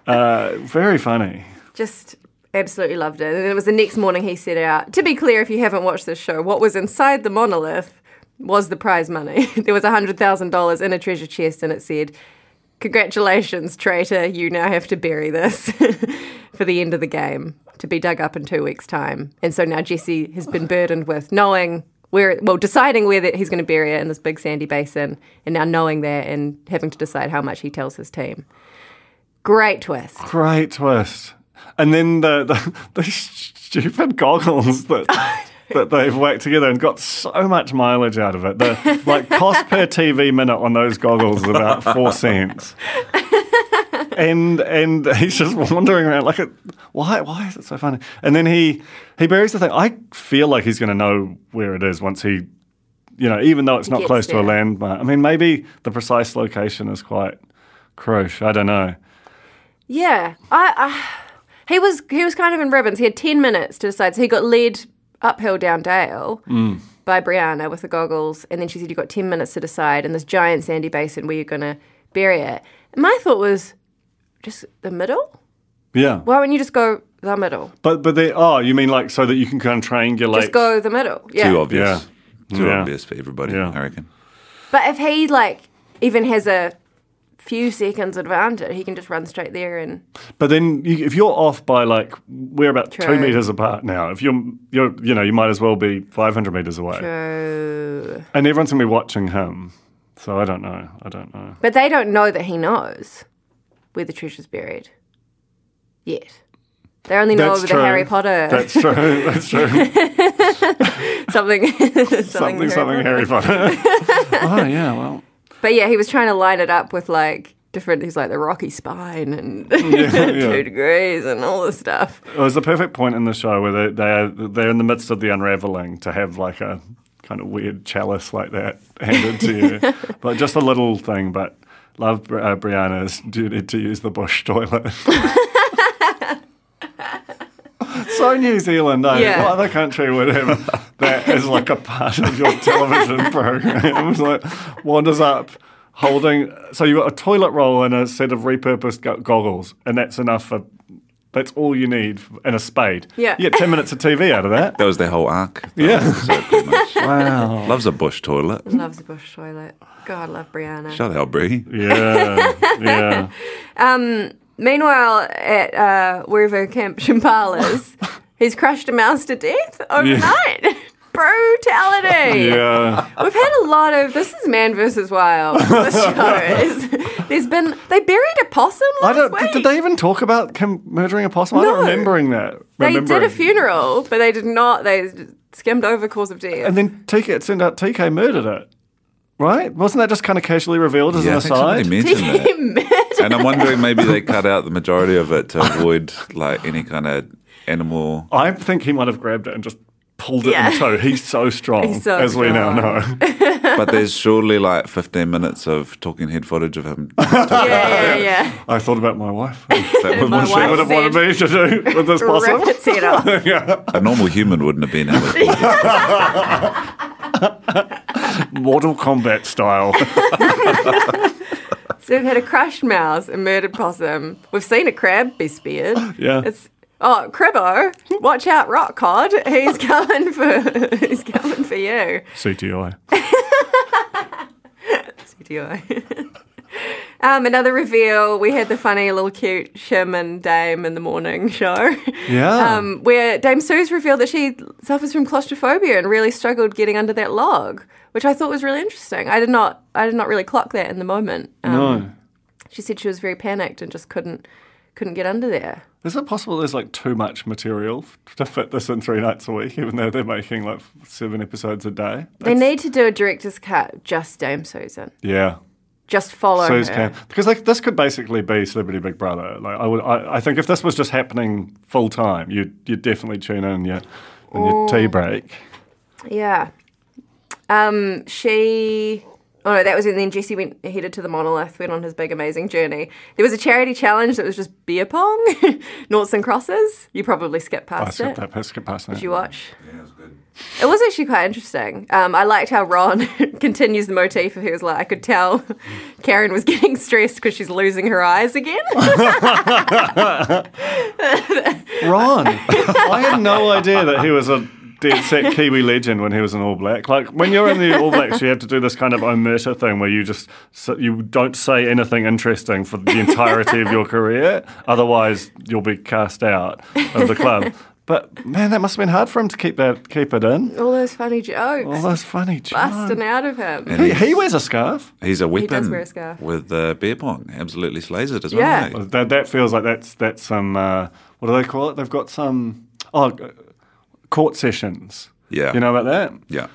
Speaker 5: Uh, very funny.
Speaker 4: just absolutely loved it. And then it was the next morning he set out. To be clear, if you haven't watched this show, what was inside the monolith was the prize money. <laughs> there was $100,000 in a treasure chest and it said, Congratulations, traitor, you now have to bury this <laughs> for the end of the game to be dug up in two weeks' time. And so now Jesse has been burdened with knowing where, it, well, deciding where that he's going to bury it in this big sandy basin, and now knowing that and having to decide how much he tells his team. Great twist.
Speaker 5: Great twist. And then the, the <laughs> those stupid
Speaker 4: <laughs>
Speaker 5: goggles that that they've whacked together and got so much mileage out of it. The like cost
Speaker 4: <laughs>
Speaker 5: per TV minute on those goggles is about four cents. And and he's just wandering around like, a, why why is it so funny? And then he he buries the thing. I feel like he's going to know where it is once he, you know, even though it's not
Speaker 4: Gets
Speaker 5: close to a
Speaker 4: there.
Speaker 5: landmark. I mean, maybe the precise location is quite crush. I don't know.
Speaker 4: Yeah, I, I he was he was kind of in ribbons. He had ten minutes to decide. So he got led uphill down Dale by Brianna with the goggles, and then she said, "You've got ten minutes to decide in this giant sandy basin where you're going to bury it." And my thought was, just the middle.
Speaker 5: Yeah.
Speaker 4: Why wouldn't you just go the middle?
Speaker 5: But but they are. You mean like so that you can kind of triangulate?
Speaker 4: Just go the middle. Yeah.
Speaker 6: Too obvious. Too
Speaker 5: Yeah.
Speaker 6: obvious for everybody,
Speaker 5: Yeah.
Speaker 6: I reckon.
Speaker 4: But if he like even has a few seconds advantage, he can just run straight there and
Speaker 5: But then you, if you're off by like we're about
Speaker 4: True.
Speaker 5: two meters apart now. If you're you're you know you might as well be 500 meters away,
Speaker 4: go.
Speaker 5: and everyone's gonna be watching him. So I don't know. I don't know.
Speaker 4: But they don't know that he knows where the treasure's buried yet. They only know
Speaker 5: That's
Speaker 4: over
Speaker 5: true.
Speaker 4: the Harry Potter
Speaker 5: That's true. That's true.
Speaker 4: <laughs> something, <laughs> something,
Speaker 5: <laughs> something
Speaker 4: Harry Potter.
Speaker 5: something Harry
Speaker 4: <laughs>
Speaker 5: Potter. <laughs> oh yeah. Well.
Speaker 4: But yeah, he was trying to line it up with like different. He's like the rocky spine and <laughs> two degrees and all this stuff.
Speaker 5: It was the perfect point in the show where they, they are, they're in the midst of the unraveling to have like a kind of weird chalice like that <laughs> handed to you. but just a little thing, but love Bri- uh, Brianna's duty to use the bush toilet. <laughs> so New Zealand, eh?
Speaker 4: Yeah.
Speaker 5: What other country would
Speaker 6: <laughs>
Speaker 5: have that as like a part of your television program? <laughs> It's like wanders up holding, so you've got a toilet roll and a set of repurposed go- goggles and that's enough for that's all you need and a spade.
Speaker 4: Yeah.
Speaker 5: You get 10 minutes of TV out of
Speaker 6: <laughs>
Speaker 5: that.
Speaker 6: That was their whole arc.
Speaker 5: Yeah.
Speaker 6: wow. Loves a bush toilet.
Speaker 4: Loves the bush toilet. God, love Brianna.
Speaker 6: Shut up, Brie.
Speaker 5: Yeah.
Speaker 6: <laughs>
Speaker 5: Yeah.
Speaker 4: Meanwhile, at uh, wherever Camp
Speaker 5: <laughs>
Speaker 4: Shimpalas, he's crushed a mouse to death overnight. <laughs> Brutality.
Speaker 5: Yeah.
Speaker 4: We've had a lot of this is man versus wild. This
Speaker 5: <laughs>
Speaker 4: show is. There's been they buried a possum
Speaker 5: I
Speaker 4: last
Speaker 5: don't,
Speaker 4: week.
Speaker 5: did they even talk about him murdering a possum? I
Speaker 4: No.
Speaker 5: don't remembering that.
Speaker 4: They
Speaker 5: Remembering.
Speaker 4: did a funeral, but they did not. They skimmed over cause of death.
Speaker 5: And then TK, it turned out TK murdered it. Right? Wasn't that just kind of casually revealed as
Speaker 6: Yeah,
Speaker 5: an
Speaker 6: I think somebody
Speaker 5: aside?
Speaker 6: mentioned that. And I'm wondering maybe they cut out the majority of it to avoid like any kind of animal.
Speaker 5: I think he might have grabbed it and just pulled it
Speaker 4: Yeah.
Speaker 5: in tow. He's
Speaker 4: <laughs>
Speaker 5: so strong,
Speaker 4: He's so
Speaker 5: as we now
Speaker 4: strong.
Speaker 5: know.
Speaker 4: <laughs>
Speaker 6: But there's surely like 15 minutes of talking head footage of him. That
Speaker 5: <laughs>
Speaker 4: yeah, yeah, yeah.
Speaker 5: I thought about my wife.
Speaker 6: would
Speaker 4: My
Speaker 6: want
Speaker 5: She
Speaker 4: wife
Speaker 5: would
Speaker 6: to-
Speaker 5: have wanted me to do with this possum. <laughs>
Speaker 4: Rip its head off.
Speaker 6: a normal human wouldn't have been able to.
Speaker 5: Mortal
Speaker 4: <laughs>
Speaker 5: Kombat style.
Speaker 4: So we've had a crushed mouse, a murdered possum. We've seen a crab be speared.
Speaker 5: Yeah.
Speaker 4: It's oh Cribbo, watch out, rock cod. He's <laughs> coming for he's coming for you.
Speaker 5: CTI.
Speaker 4: CTI. <laughs> Um, another reveal. We had the funny little cute Shim and Dame in the morning <laughs> show.
Speaker 5: Yeah.
Speaker 4: Um, where Dame Sue's revealed that she suffers from claustrophobia and really struggled getting under that log, which I thought was really interesting. I did not, I did not really clock that in the moment. Um,
Speaker 5: no.
Speaker 4: She said she was very panicked and just couldn't couldn't get under there.
Speaker 5: Is it possible there's like too much material f- to fit this in three nights a week, even though they're making like seven episodes a day?
Speaker 4: They need to do a director's cut just Dame Susan.
Speaker 5: Yeah.
Speaker 4: Just follow
Speaker 5: So it's
Speaker 4: her.
Speaker 5: can because like this could basically be Celebrity Big Brother. Like I would, I, I think if this was just happening full time, you would you would definitely tune in yeah, in your tea break.
Speaker 4: Yeah. Um, she. Oh no, that was when then Jesse went headed to the monolith, went on his big amazing journey. There was a charity challenge that was just beer pong, <laughs> noughts and crosses. You probably skipped
Speaker 5: I
Speaker 4: past it.
Speaker 5: skipped that. I skipped past that.
Speaker 4: Did you watch? It was actually quite interesting. Um, I liked how Ron <laughs> continues the motif of he was like, I could tell <laughs> Karen was getting stressed because she's losing her eyes again. <laughs> <laughs>
Speaker 5: Ron. I had no idea that he was a dead set Kiwi legend when he was an All Black. Like when you're in the All Blacks, you have to do this kind of omerta thing where you just so you don't say anything interesting
Speaker 4: <laughs>
Speaker 5: for the entirety of your career, otherwise you'll be cast out of the club. But man, that must have been hard for him to keep that keep it in.
Speaker 4: All those funny jokes
Speaker 5: All those funny jokes.
Speaker 4: busting out of him. <laughs>
Speaker 5: He, he wears a scarf.
Speaker 6: He's a weapon
Speaker 4: does wear a scarf.
Speaker 6: with the beer pong. Absolutely slays it as
Speaker 4: Yeah.
Speaker 6: well. mate.
Speaker 5: That that feels like that's that's some uh, what do they call it? They've got some oh uh, court sessions.
Speaker 6: Yeah.
Speaker 5: you know about that.
Speaker 6: Yeah.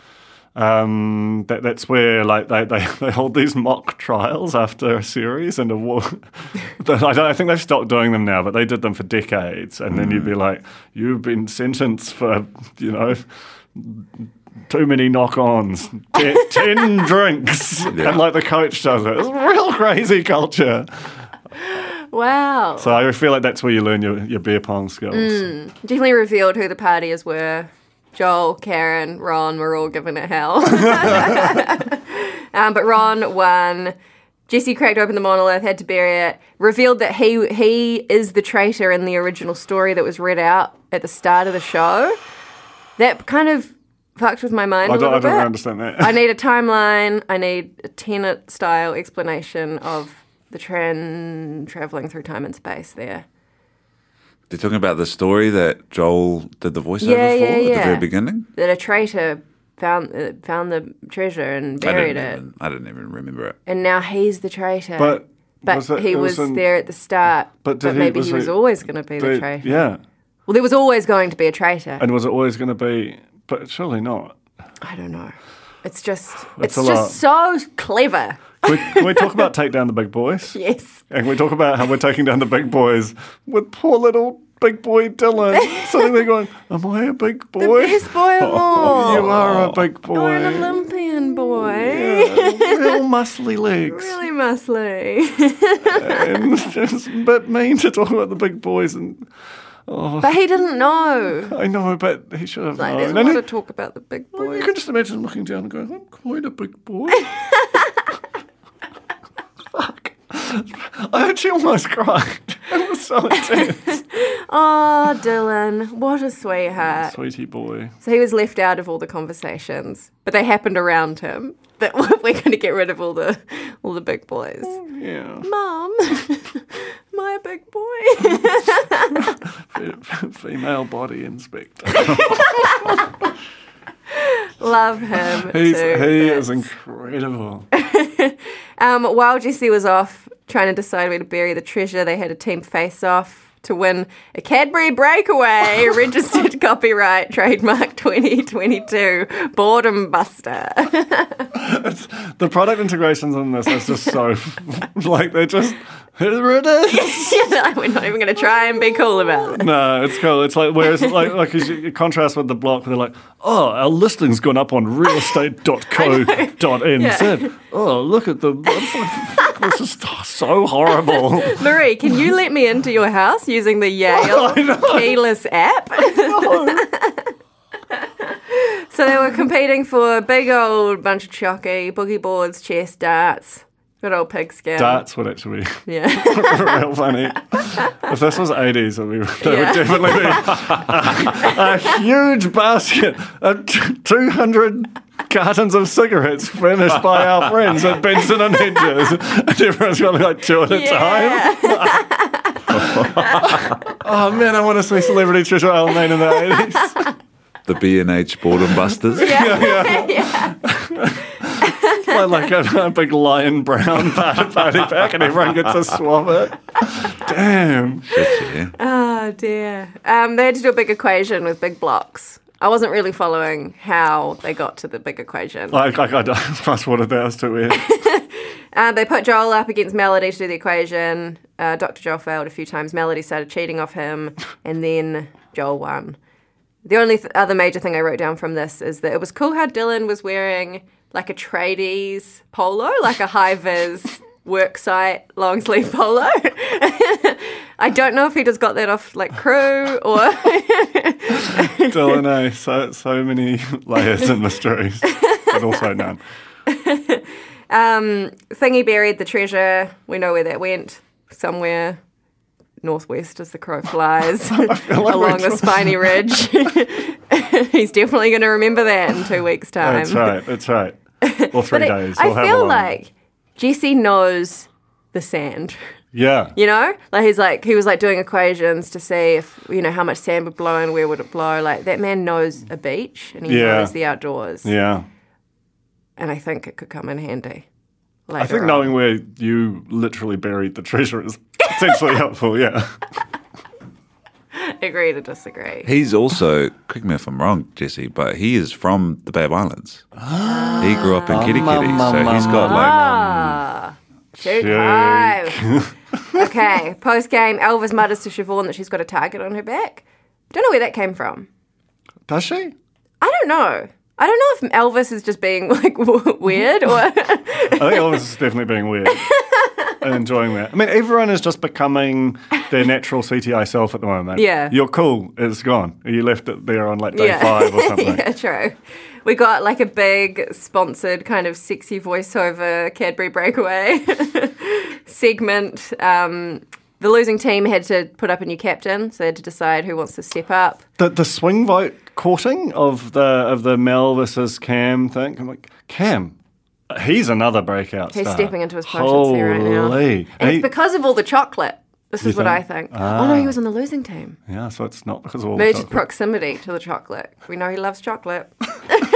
Speaker 5: Um, that, that's where like they, they, <laughs> they hold these mock trials after a series and a war. <laughs> I, don't- I think they've stopped doing them now, but they did them for decades. And then you'd be like, you've been sentenced for you know too many knock-ons, ten, ten drinks, and like the coach does it. It's real crazy culture.
Speaker 4: Wow.
Speaker 5: So I feel like that's where you learn your, your beer pong skills.
Speaker 4: Mm. Definitely revealed who the partiers were. Joel, Karen, Ron were all given it hell. <laughs> um, but Ron won. Jesse cracked open the monolith, had to bury it, revealed that he he is the traitor in the original story that was read out at the start of the show. That kind of fucked with my mind. a
Speaker 5: I don't,
Speaker 4: little
Speaker 5: I don't
Speaker 4: bit.
Speaker 5: understand that.
Speaker 4: I need a timeline. I need a Tenet style explanation of the trend traveling through time and space there.
Speaker 6: They're talking about the story that Joel did the voiceover
Speaker 4: Yeah,
Speaker 6: for
Speaker 4: yeah,
Speaker 6: at the
Speaker 4: yeah.
Speaker 6: very beginning.
Speaker 4: That a traitor found uh, found the treasure and
Speaker 6: I
Speaker 4: buried
Speaker 6: didn't,
Speaker 4: it,
Speaker 6: even, I didn't even remember it.
Speaker 4: and now he's the traitor.
Speaker 5: but
Speaker 4: But
Speaker 5: it-
Speaker 4: he
Speaker 5: it
Speaker 4: was,
Speaker 5: in-
Speaker 4: there at the start. But,
Speaker 5: but did he-
Speaker 4: maybe
Speaker 5: was
Speaker 4: he was
Speaker 5: he-
Speaker 4: always going to be the
Speaker 5: they-
Speaker 4: traitor.
Speaker 5: Yeah.
Speaker 4: Well, there was always going to be a traitor.
Speaker 5: And was it always going to be? But surely not.
Speaker 4: I don't know. It's just it's
Speaker 5: That's a
Speaker 4: just so
Speaker 5: <laughs>
Speaker 4: clever.
Speaker 5: We, we talk about take down the big boys,
Speaker 4: <laughs> Yes.
Speaker 5: and we talk about how we're taking down the big boys with poor little big boy Dylan sitting there going, "Am I a big
Speaker 4: The
Speaker 5: boy?
Speaker 4: best boy of all.
Speaker 5: <laughs> you are a big
Speaker 4: You're an
Speaker 5: boy.
Speaker 4: Olympian boy. <laughs>
Speaker 5: Real muscly legs."
Speaker 4: Really muscly.
Speaker 5: <laughs> And <laughs> it's a bit mean to talk about the big boys, and
Speaker 4: But he didn't know.
Speaker 5: I know, but he should have
Speaker 4: Like, there's
Speaker 5: known.
Speaker 4: a
Speaker 5: And
Speaker 4: lot
Speaker 5: he-
Speaker 4: of talk about the big
Speaker 5: you
Speaker 4: boys.
Speaker 5: can just imagine looking down and going, "I'm quite a big boy." Fuck! I actually almost cried. <laughs> It was so intense.
Speaker 4: Oh, Dylan, what a sweetheart.
Speaker 5: Sweetie boy.
Speaker 4: So he was left out of all the conversations, but they happened around him. That <laughs> we're going to get rid of all the all the big boys. <laughs>
Speaker 5: Yeah.
Speaker 4: Mum, am I a big boy? <laughs>
Speaker 5: Female body inspector.
Speaker 4: Love him.
Speaker 5: He's,
Speaker 4: too.
Speaker 5: he is incredible.
Speaker 4: Um, while Jesse was off trying to decide where to bury the treasure, they had a team face off to win a Cadbury
Speaker 5: <laughs>
Speaker 4: Breakaway, registered copyright trademark 2022 Boredom Buster. <laughs>
Speaker 5: The product integrations in this is just so <laughs> like they're just <laughs> here it is.
Speaker 4: We're not even going to try and be cool about it.
Speaker 5: No, it's cool. It's like whereas like like you see- you contrast with the block where they're like, oh, our listing's gone up on realestate.co.nz. Oh, look at the this is so <laughs> horrible.
Speaker 4: Marie, can you let me into your house using the
Speaker 5: <laughs>
Speaker 4: Yale keyless app? <laughs> so they were competing for a big old bunch of chockey, boogie boards, chess, darts, good old pigskin.
Speaker 5: Darts would actually <laughs> be
Speaker 4: Yeah.
Speaker 5: real funny. If this was 80s, it'd be, there
Speaker 4: Yeah.
Speaker 5: would definitely be a, huge basket of t- 200 cartons of cigarettes furnished by our friends at Benson and Hedges. And everyone's got like two at a time. <laughs> Oh man, I want to see Celebrity Treasure Island in the 80s.
Speaker 6: The B and H Boredom
Speaker 4: <laughs>
Speaker 6: Busters.
Speaker 5: like like a, a big lion brown <laughs> party pack and everyone gets a swab it. Damn.
Speaker 6: yeah.
Speaker 4: Oh dear. Um, they had to do a big equation with big blocks. I wasn't really following how they got to the big equation.
Speaker 5: Like, like I don't- <laughs> fast forwarded that, was
Speaker 4: <laughs>
Speaker 5: too weird.
Speaker 4: Uh, they put Joel up against Melody to do the equation. Uh, Dr. Joel failed a few times. Melody started cheating off him, and then Joel won. The only th- other major thing I wrote down from this is that it was cool how Dylan was wearing like a tradies polo, like a high vis work site long sleeve polo. <laughs> I don't know if he just got that off like crew or.
Speaker 5: Dylan A. eh? So, so many <laughs> layers and mysteries, but also none.
Speaker 4: Um, thingy buried the treasure. We know where that went. Somewhere northwest as the crow
Speaker 5: <laughs>
Speaker 4: flies along the spiny ridge. <laughs> He's definitely going to remember that in two weeks' time.
Speaker 5: That's right. That's right. Or three
Speaker 4: But I-
Speaker 5: days.
Speaker 4: I
Speaker 5: we'll have a
Speaker 4: feel
Speaker 5: long-
Speaker 4: like Jesse knows the sand.
Speaker 5: Yeah.
Speaker 4: You know, like he's like he was like doing equations to see if you know how much sand would blow and where would it blow. Like that man knows a beach and he
Speaker 5: Yeah.
Speaker 4: knows the outdoors,
Speaker 5: Yeah.
Speaker 4: and I think it could come in handy.
Speaker 5: I think
Speaker 4: later on.
Speaker 5: knowing where you literally buried the treasure
Speaker 4: <laughs>
Speaker 5: is potentially helpful. Yeah.
Speaker 4: agree to disagree.
Speaker 6: He's also, correct me if I'm wrong, Jesse, but he is from the Babe Islands. he grew up in
Speaker 4: Ah.
Speaker 6: Kitty Kitty, so he's got like.
Speaker 4: Two
Speaker 5: Shake.
Speaker 4: time. okay, post game, Elvis mutters to Siobhan that she's got a target on her back. Don't know where that came from.
Speaker 5: Does she?
Speaker 4: I don't know. I don't know if Elvis is just being <laughs> like w- weird or <laughs>
Speaker 5: I think Elvis is definitely being weird and enjoying that. I mean, everyone is just becoming their natural CTI self at the moment.
Speaker 4: Yeah.
Speaker 5: You're cool. It's gone. You left it there on like day
Speaker 4: yeah.
Speaker 5: five or
Speaker 4: <laughs>
Speaker 5: something.
Speaker 4: yeah, true. We got like a big sponsored kind of sexy voiceover Cadbury Breakaway <laughs> segment. Um, the losing team had to put up a new captain, so they had to decide who wants to step up.
Speaker 5: The, the swing vote courting of the of the Mel versus Cam thing. I'm like, Cam, he's another breakout
Speaker 4: He's
Speaker 5: star.
Speaker 4: stepping into his potency right now.
Speaker 5: Holy.
Speaker 4: And
Speaker 5: He-
Speaker 4: it's because of all the chocolate. This is
Speaker 5: You
Speaker 4: what I
Speaker 5: think? Ah.
Speaker 4: think. Oh no, he was on the losing team.
Speaker 5: yeah, so it's not because of all the
Speaker 4: Merged
Speaker 5: chocolate.
Speaker 4: proximity to the chocolate. We know he loves chocolate. <laughs>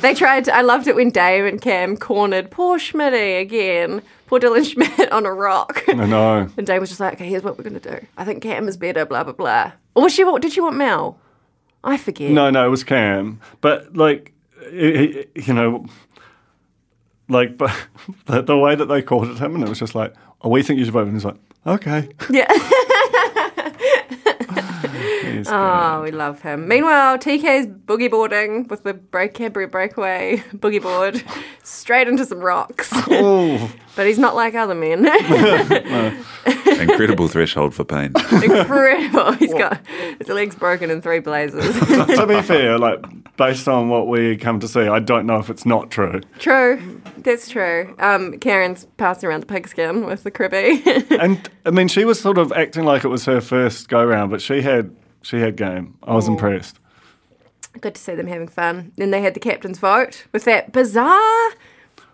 Speaker 4: they tried. I loved it when Dave and Cam cornered poor Schmitty again. Poor Dylan <laughs> Schmidt on a
Speaker 5: <laughs>
Speaker 4: rock.
Speaker 5: I know.
Speaker 4: And Dave was just like, "Okay, here's what we're gonna do. I think Cam is better." Blah blah blah. Or was she? What did she want Mel? I forget.
Speaker 5: No, no, it was Cam. But like, i i you know, like, <laughs> but the, the way that they courted him, and it was just like, oh, we think you should vote, and he's like, okay.
Speaker 4: Yeah.
Speaker 5: <laughs>
Speaker 4: <laughs>
Speaker 5: He's
Speaker 4: Oh, we love him. Meanwhile, TK's boogie boarding with the break Cadbury breakaway <laughs> boogie board straight into some
Speaker 5: <laughs>
Speaker 4: rocks.
Speaker 5: good. Oh,
Speaker 4: but he's not like other men. <laughs>
Speaker 6: Incredible threshold for
Speaker 4: <laughs>
Speaker 6: pain.
Speaker 4: Incredible. <laughs> He's got his legs broken in three blazes. <laughs>
Speaker 5: to be fair, like based on what we come to see, I don't know if it's not true.
Speaker 4: true. That's true. Um, Karen's passing around the pigskin with the cribby. <laughs>
Speaker 5: And I mean, she was sort of acting like it was her first go round, but she had she had game. I
Speaker 4: Mm.
Speaker 5: was impressed.
Speaker 4: Good to see them having fun. Then they had the captain's vote with that bizarre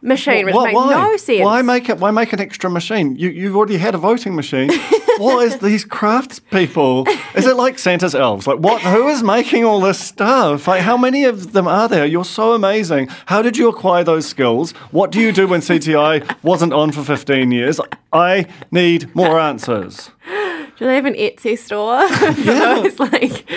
Speaker 4: machine, which
Speaker 5: Why-
Speaker 4: made
Speaker 5: why?
Speaker 4: no sense.
Speaker 5: Why make it? Why make an extra machine? You you already had a voting
Speaker 4: <laughs>
Speaker 5: machine. what is these craftspeople? Is it like Santa's elves? Like what? Who is making all this stuff? Like how many of them are there? You're so amazing. How did you acquire those skills? What do you do when CTI wasn't on for 15 years? I need more answers.
Speaker 4: Do they have an Etsy store? <laughs> so it's like,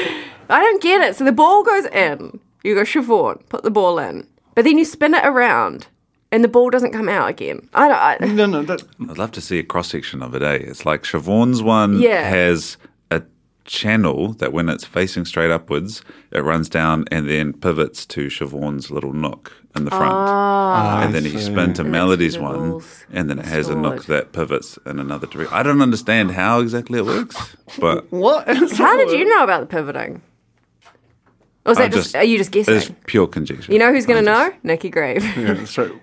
Speaker 4: I don't get it. So the ball goes in. You go Siobhan, put the ball in. But then you spin it around and the ball doesn't come out again. I
Speaker 5: <laughs>
Speaker 4: don't. I,
Speaker 5: No, no, that,
Speaker 6: I'd love to see a cross section of it, eh? It's like Siobhan's one
Speaker 4: Yeah.
Speaker 6: has a channel that when it's facing straight upwards, it runs down and then pivots to Siobhan's little nook in the front.
Speaker 4: Ah.
Speaker 6: and then you spin to Melody's
Speaker 4: the
Speaker 6: one,
Speaker 4: rules.
Speaker 6: and then it has a nook
Speaker 4: Sword.
Speaker 6: that pivots in another direction. I don't understand how exactly it works,
Speaker 4: <laughs>
Speaker 6: but
Speaker 5: what? is
Speaker 4: how
Speaker 5: all
Speaker 4: did you know about the pivoting? Or was
Speaker 6: I
Speaker 4: that just, are you just guessing?
Speaker 6: It's pure conjecture.
Speaker 4: you know who's going to
Speaker 6: I'm
Speaker 4: know?
Speaker 6: just-
Speaker 4: Nikki Grave.
Speaker 5: <laughs> <laughs> Yeah, so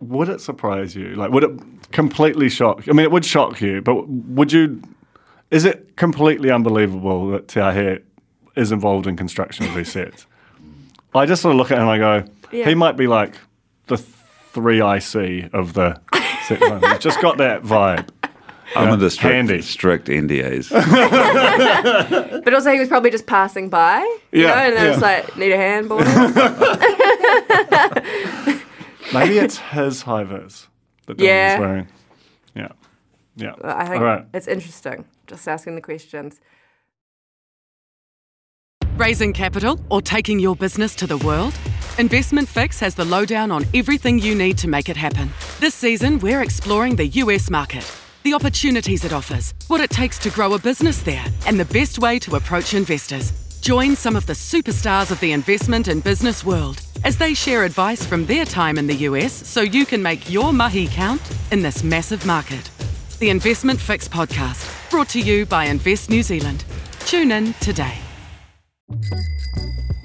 Speaker 5: would it surprise you? Like, would it completely shock? I mean, it would shock you, but would you? Is it completely unbelievable that Tiahe is involved in construction of these sets? I just sort of look at him and I go,
Speaker 4: Yeah.
Speaker 5: he might be like the three IC of the set. He's just got that vibe.
Speaker 6: I'm under strict,
Speaker 5: Handy.
Speaker 6: strict
Speaker 4: <laughs>
Speaker 6: NDAs.
Speaker 4: <laughs> But also, he was probably just passing by. You
Speaker 5: Yeah,
Speaker 4: Know? And then
Speaker 5: yeah.
Speaker 4: it's like, need a hand,
Speaker 5: <laughs>
Speaker 4: boy?
Speaker 5: Maybe it's his high vis that Dylan's
Speaker 4: Yeah.
Speaker 5: wearing. Yeah. Yeah.
Speaker 4: I think
Speaker 5: All right.
Speaker 4: it's interesting. Just asking the questions.
Speaker 2: Raising capital or taking your business to the world? Investment Fix has the lowdown on everything you need to make it happen. This season, we're exploring the US market, the opportunities it offers, what it takes to grow a business there, and the best way to approach investors. Join some of the superstars of the investment and business world as they share advice from their time in the US so you can make your mahi count in this massive market. The Investment Fix podcast, brought to you by Invest New Zealand. Tune in today.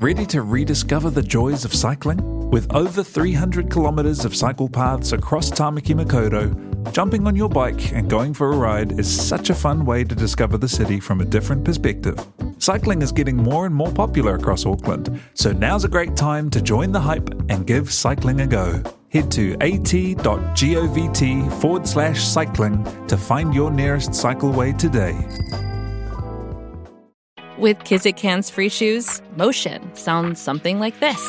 Speaker 1: Ready to rediscover the joys of cycling? With over 300 kilometres of cycle paths across Tamaki Makaurau, jumping on your bike and going for a ride is such a fun way to discover the city from a different perspective. Cycling is getting more and more popular across Auckland, so now's a great time to join the hype and give cycling a go. head to at.govt forward slash cycling to find your nearest cycleway today.
Speaker 8: With Kizik Hands Free Shoes, motion sounds something like this.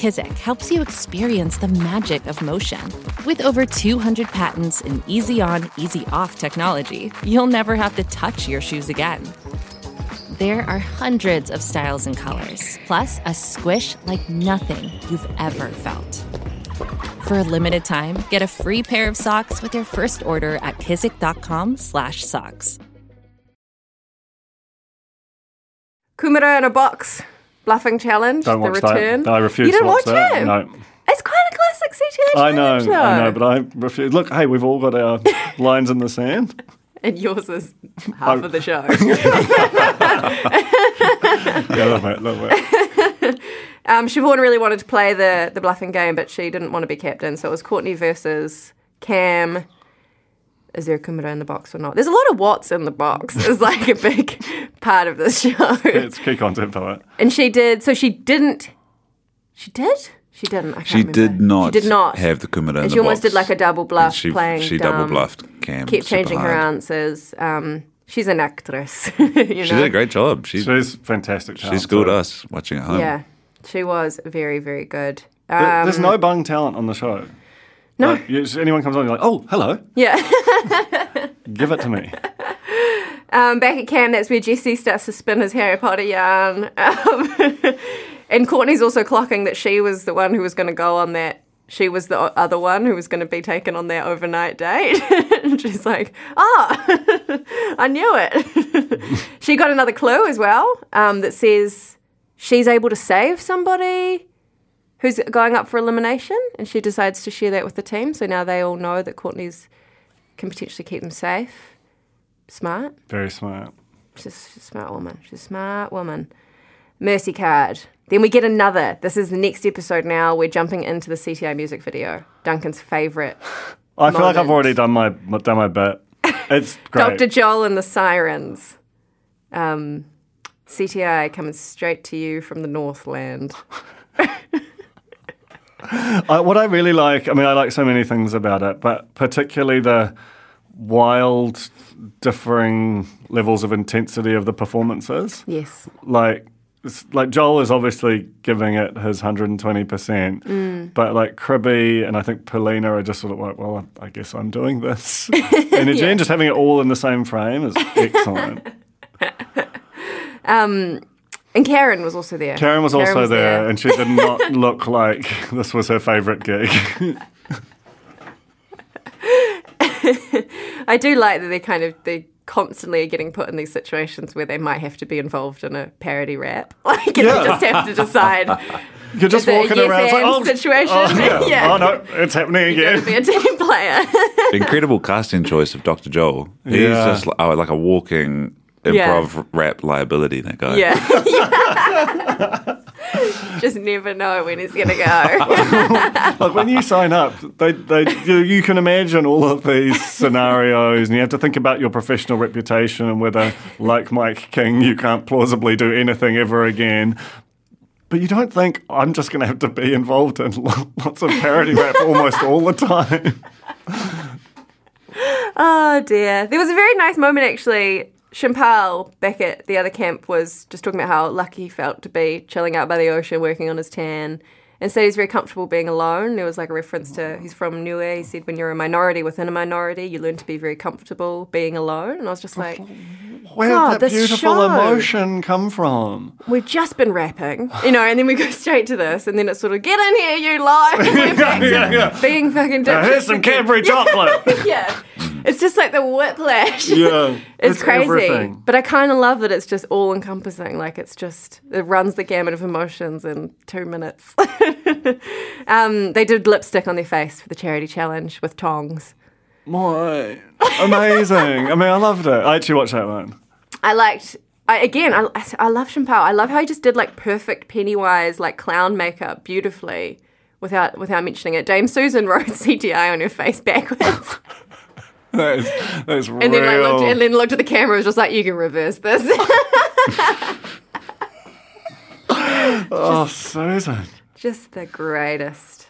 Speaker 8: Kizik helps you experience the magic of motion. With over 200 patents and easy on, easy off technology, you'll never have to touch your shoes again. There are hundreds of styles and colors, plus a squish like nothing you've ever felt. For a limited time, get a free pair of socks with your first order at kizik.com slash socks.
Speaker 4: Kumara in a box, bluffing challenge.
Speaker 5: Don't
Speaker 4: the
Speaker 5: watch that.
Speaker 4: return.
Speaker 5: I refuse
Speaker 4: You
Speaker 5: to
Speaker 4: didn't
Speaker 5: watch that.
Speaker 4: it.
Speaker 5: No.
Speaker 4: It's quite a classic CTA
Speaker 5: I know,
Speaker 4: challenge,
Speaker 5: I know,
Speaker 4: though.
Speaker 5: but I refuse. Look, hey, we've all
Speaker 4: <laughs>
Speaker 5: got our lines in the sand.
Speaker 4: and yours is half
Speaker 5: I-
Speaker 4: of the show.
Speaker 5: Yeah, love it, love
Speaker 4: <laughs>
Speaker 5: it.
Speaker 4: um, Siobhan really wanted to play the the bluffing game, but she didn't want to be captain, so it was Courtney versus Cam. Is there a Kumara in the box or not? There's a lot of what's in the box. It's like a big part of this show.
Speaker 5: It's key content for it.
Speaker 4: And she did. So she didn't. She did. She didn't. I can't
Speaker 6: She
Speaker 4: remember.
Speaker 6: did not.
Speaker 4: She did not
Speaker 6: have the Kumara. in the
Speaker 4: And she almost
Speaker 6: box.
Speaker 4: did like a double bluff,
Speaker 6: And she,
Speaker 4: playing.
Speaker 6: She double
Speaker 4: dumb,
Speaker 6: bluffed. Cam super
Speaker 4: Kept changing her
Speaker 6: hard.
Speaker 4: answers. Um, she's an actress. <laughs> you know?
Speaker 6: She did a great job. She she
Speaker 5: She's fantastic. talent,
Speaker 6: schooled
Speaker 5: so-
Speaker 6: us watching at home.
Speaker 4: Yeah, she was very, very good.
Speaker 5: There-
Speaker 4: Um,
Speaker 5: There's no bung talent on the show.
Speaker 4: No.
Speaker 5: Like, you- anyone comes on, you're like, oh, hello,
Speaker 4: yeah.
Speaker 5: <laughs> give it to me.
Speaker 4: Um, back at camp, that's where Jesse starts to spin his Harry Potter yarn. <laughs> Um, and Courtney's also clocking that she was the one who was going to go on that. She was the o- other one who was going to be taken on their overnight date. <laughs> and she's like, oh, <laughs> I knew it. <laughs> she got another clue as well um, that says she's able to save somebody who's going up for elimination. And she decides to share that with the team. So now they all know that Courtney's can potentially keep them safe. Smart.
Speaker 5: Very smart.
Speaker 4: She's, she's a smart woman. She's a smart woman. Mercy card. Then we get another. This is the next episode now. We're jumping into the CTA music video. Duncan's favourite.
Speaker 5: I feel like I've
Speaker 4: Moment.
Speaker 5: already done my done my bit.
Speaker 4: <laughs>
Speaker 5: It's great.
Speaker 4: Dr. Joel and the Sirens. Um, CTA coming straight to you from the Northland.
Speaker 5: I, what I really like, I mean, I like so many things about it, but particularly the wild, differing levels of intensity of the performances.
Speaker 4: Yes.
Speaker 5: Like, it's- like Joel is obviously giving it his 120%,
Speaker 4: Mm.
Speaker 5: but like Cribby and I think Polina are just sort of like, well, I I guess I'm doing
Speaker 4: <laughs>
Speaker 5: this energy and just having it all in the same frame is
Speaker 4: <laughs>
Speaker 5: excellent.
Speaker 4: And Karen was also there.
Speaker 5: Karen was also there,
Speaker 4: there.
Speaker 5: and she did not <laughs> look like this was her favorite gig. <laughs>
Speaker 4: I do like that they kind of they constantly are getting put in these situations where they might have to be involved in a parody rap. <laughs> Like and
Speaker 5: Yeah.
Speaker 4: they just have to
Speaker 5: <laughs>
Speaker 4: decide.
Speaker 5: You're just
Speaker 4: It's a
Speaker 5: walking
Speaker 4: yes
Speaker 5: around it's like,
Speaker 4: and
Speaker 5: oh,
Speaker 4: situation.
Speaker 5: Oh, yeah.
Speaker 4: <laughs> Yeah.
Speaker 5: oh no, it's happening
Speaker 4: You're
Speaker 5: again.
Speaker 4: <laughs> to be a team player.
Speaker 6: Incredible casting choice of Dr. Joel. He's
Speaker 5: Yeah.
Speaker 6: just like, oh, like a walking improv rap liability, that guy.
Speaker 4: Yeah. Just never know when he's gonna go. <laughs>
Speaker 5: Like when you sign up, they, they you, you can imagine all of these scenarios, and you have to think about your professional reputation and whether, like Mike King, you can't plausibly do anything ever again. But you don't think I'm just going to have to be involved in lo- lots of parody rap almost all the time.
Speaker 4: oh dear. There was a very nice moment actually. Shimpal back at the other camp was just talking about how lucky he felt to be chilling out by the ocean, working on his tan, and said he's very comfortable being alone. There was like a reference to he's from Niue. He said when you're a minority within a minority, you learn to be very comfortable being alone. And I was just
Speaker 5: <laughs>
Speaker 4: like,
Speaker 5: Where
Speaker 4: God,
Speaker 5: did that
Speaker 4: this
Speaker 5: beautiful
Speaker 4: show.
Speaker 5: emotion come from?
Speaker 4: we've just been rapping, you know, and then we go <laughs> straight to this, and then it's sort of get in here, you lie.
Speaker 5: <laughs>
Speaker 4: We're back to
Speaker 5: <laughs> Yeah, yeah.
Speaker 4: being fucking.
Speaker 5: Now, here's some
Speaker 4: different.
Speaker 5: Cadbury
Speaker 4: <laughs>
Speaker 5: chocolate.
Speaker 4: yeah. It's just like the whiplash.
Speaker 5: yeah,
Speaker 4: It's, crazy.
Speaker 5: everything.
Speaker 4: But I kind of love that it's just all encompassing. Like it's just, it runs the gamut of emotions in two minutes. <laughs> um, they did lipstick on their face for the charity challenge with tongs.
Speaker 5: My amazing. I mean, I loved it. I actually watched that one.
Speaker 4: I liked. I, again, I, I s- I love Shimpao. I love how he just did like perfect Pennywise, like clown makeup beautifully without without mentioning it. Dame Susan <laughs> wrote CGI on her face backwards. <laughs>
Speaker 5: That is, that is
Speaker 4: And
Speaker 5: real.
Speaker 4: then, like, looked, and then looked at the camera and was just like, you can reverse this. <laughs>
Speaker 5: oh, Susan.
Speaker 4: Just the greatest.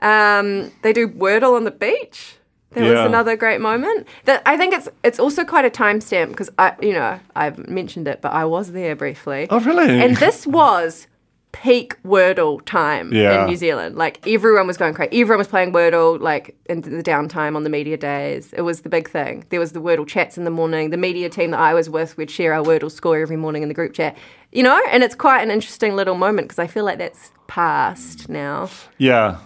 Speaker 4: Um, they do Wordle on the beach. There
Speaker 5: Yeah.
Speaker 4: was another great moment. That I think it's it's also quite a timestamp because I you know I've mentioned it, but I was there briefly.
Speaker 5: Oh, really?
Speaker 4: And this was peak Wordle time
Speaker 5: Yeah.
Speaker 4: in New Zealand. Like everyone was going crazy. Everyone was playing Wordle. Like in the downtime on the media days, it was the big thing. There was the Wordle chats in the morning. The media team that I was with would share our Wordle score every morning in the group chat. You know, and it's quite an interesting little moment because I feel like that's past now.
Speaker 5: Yeah.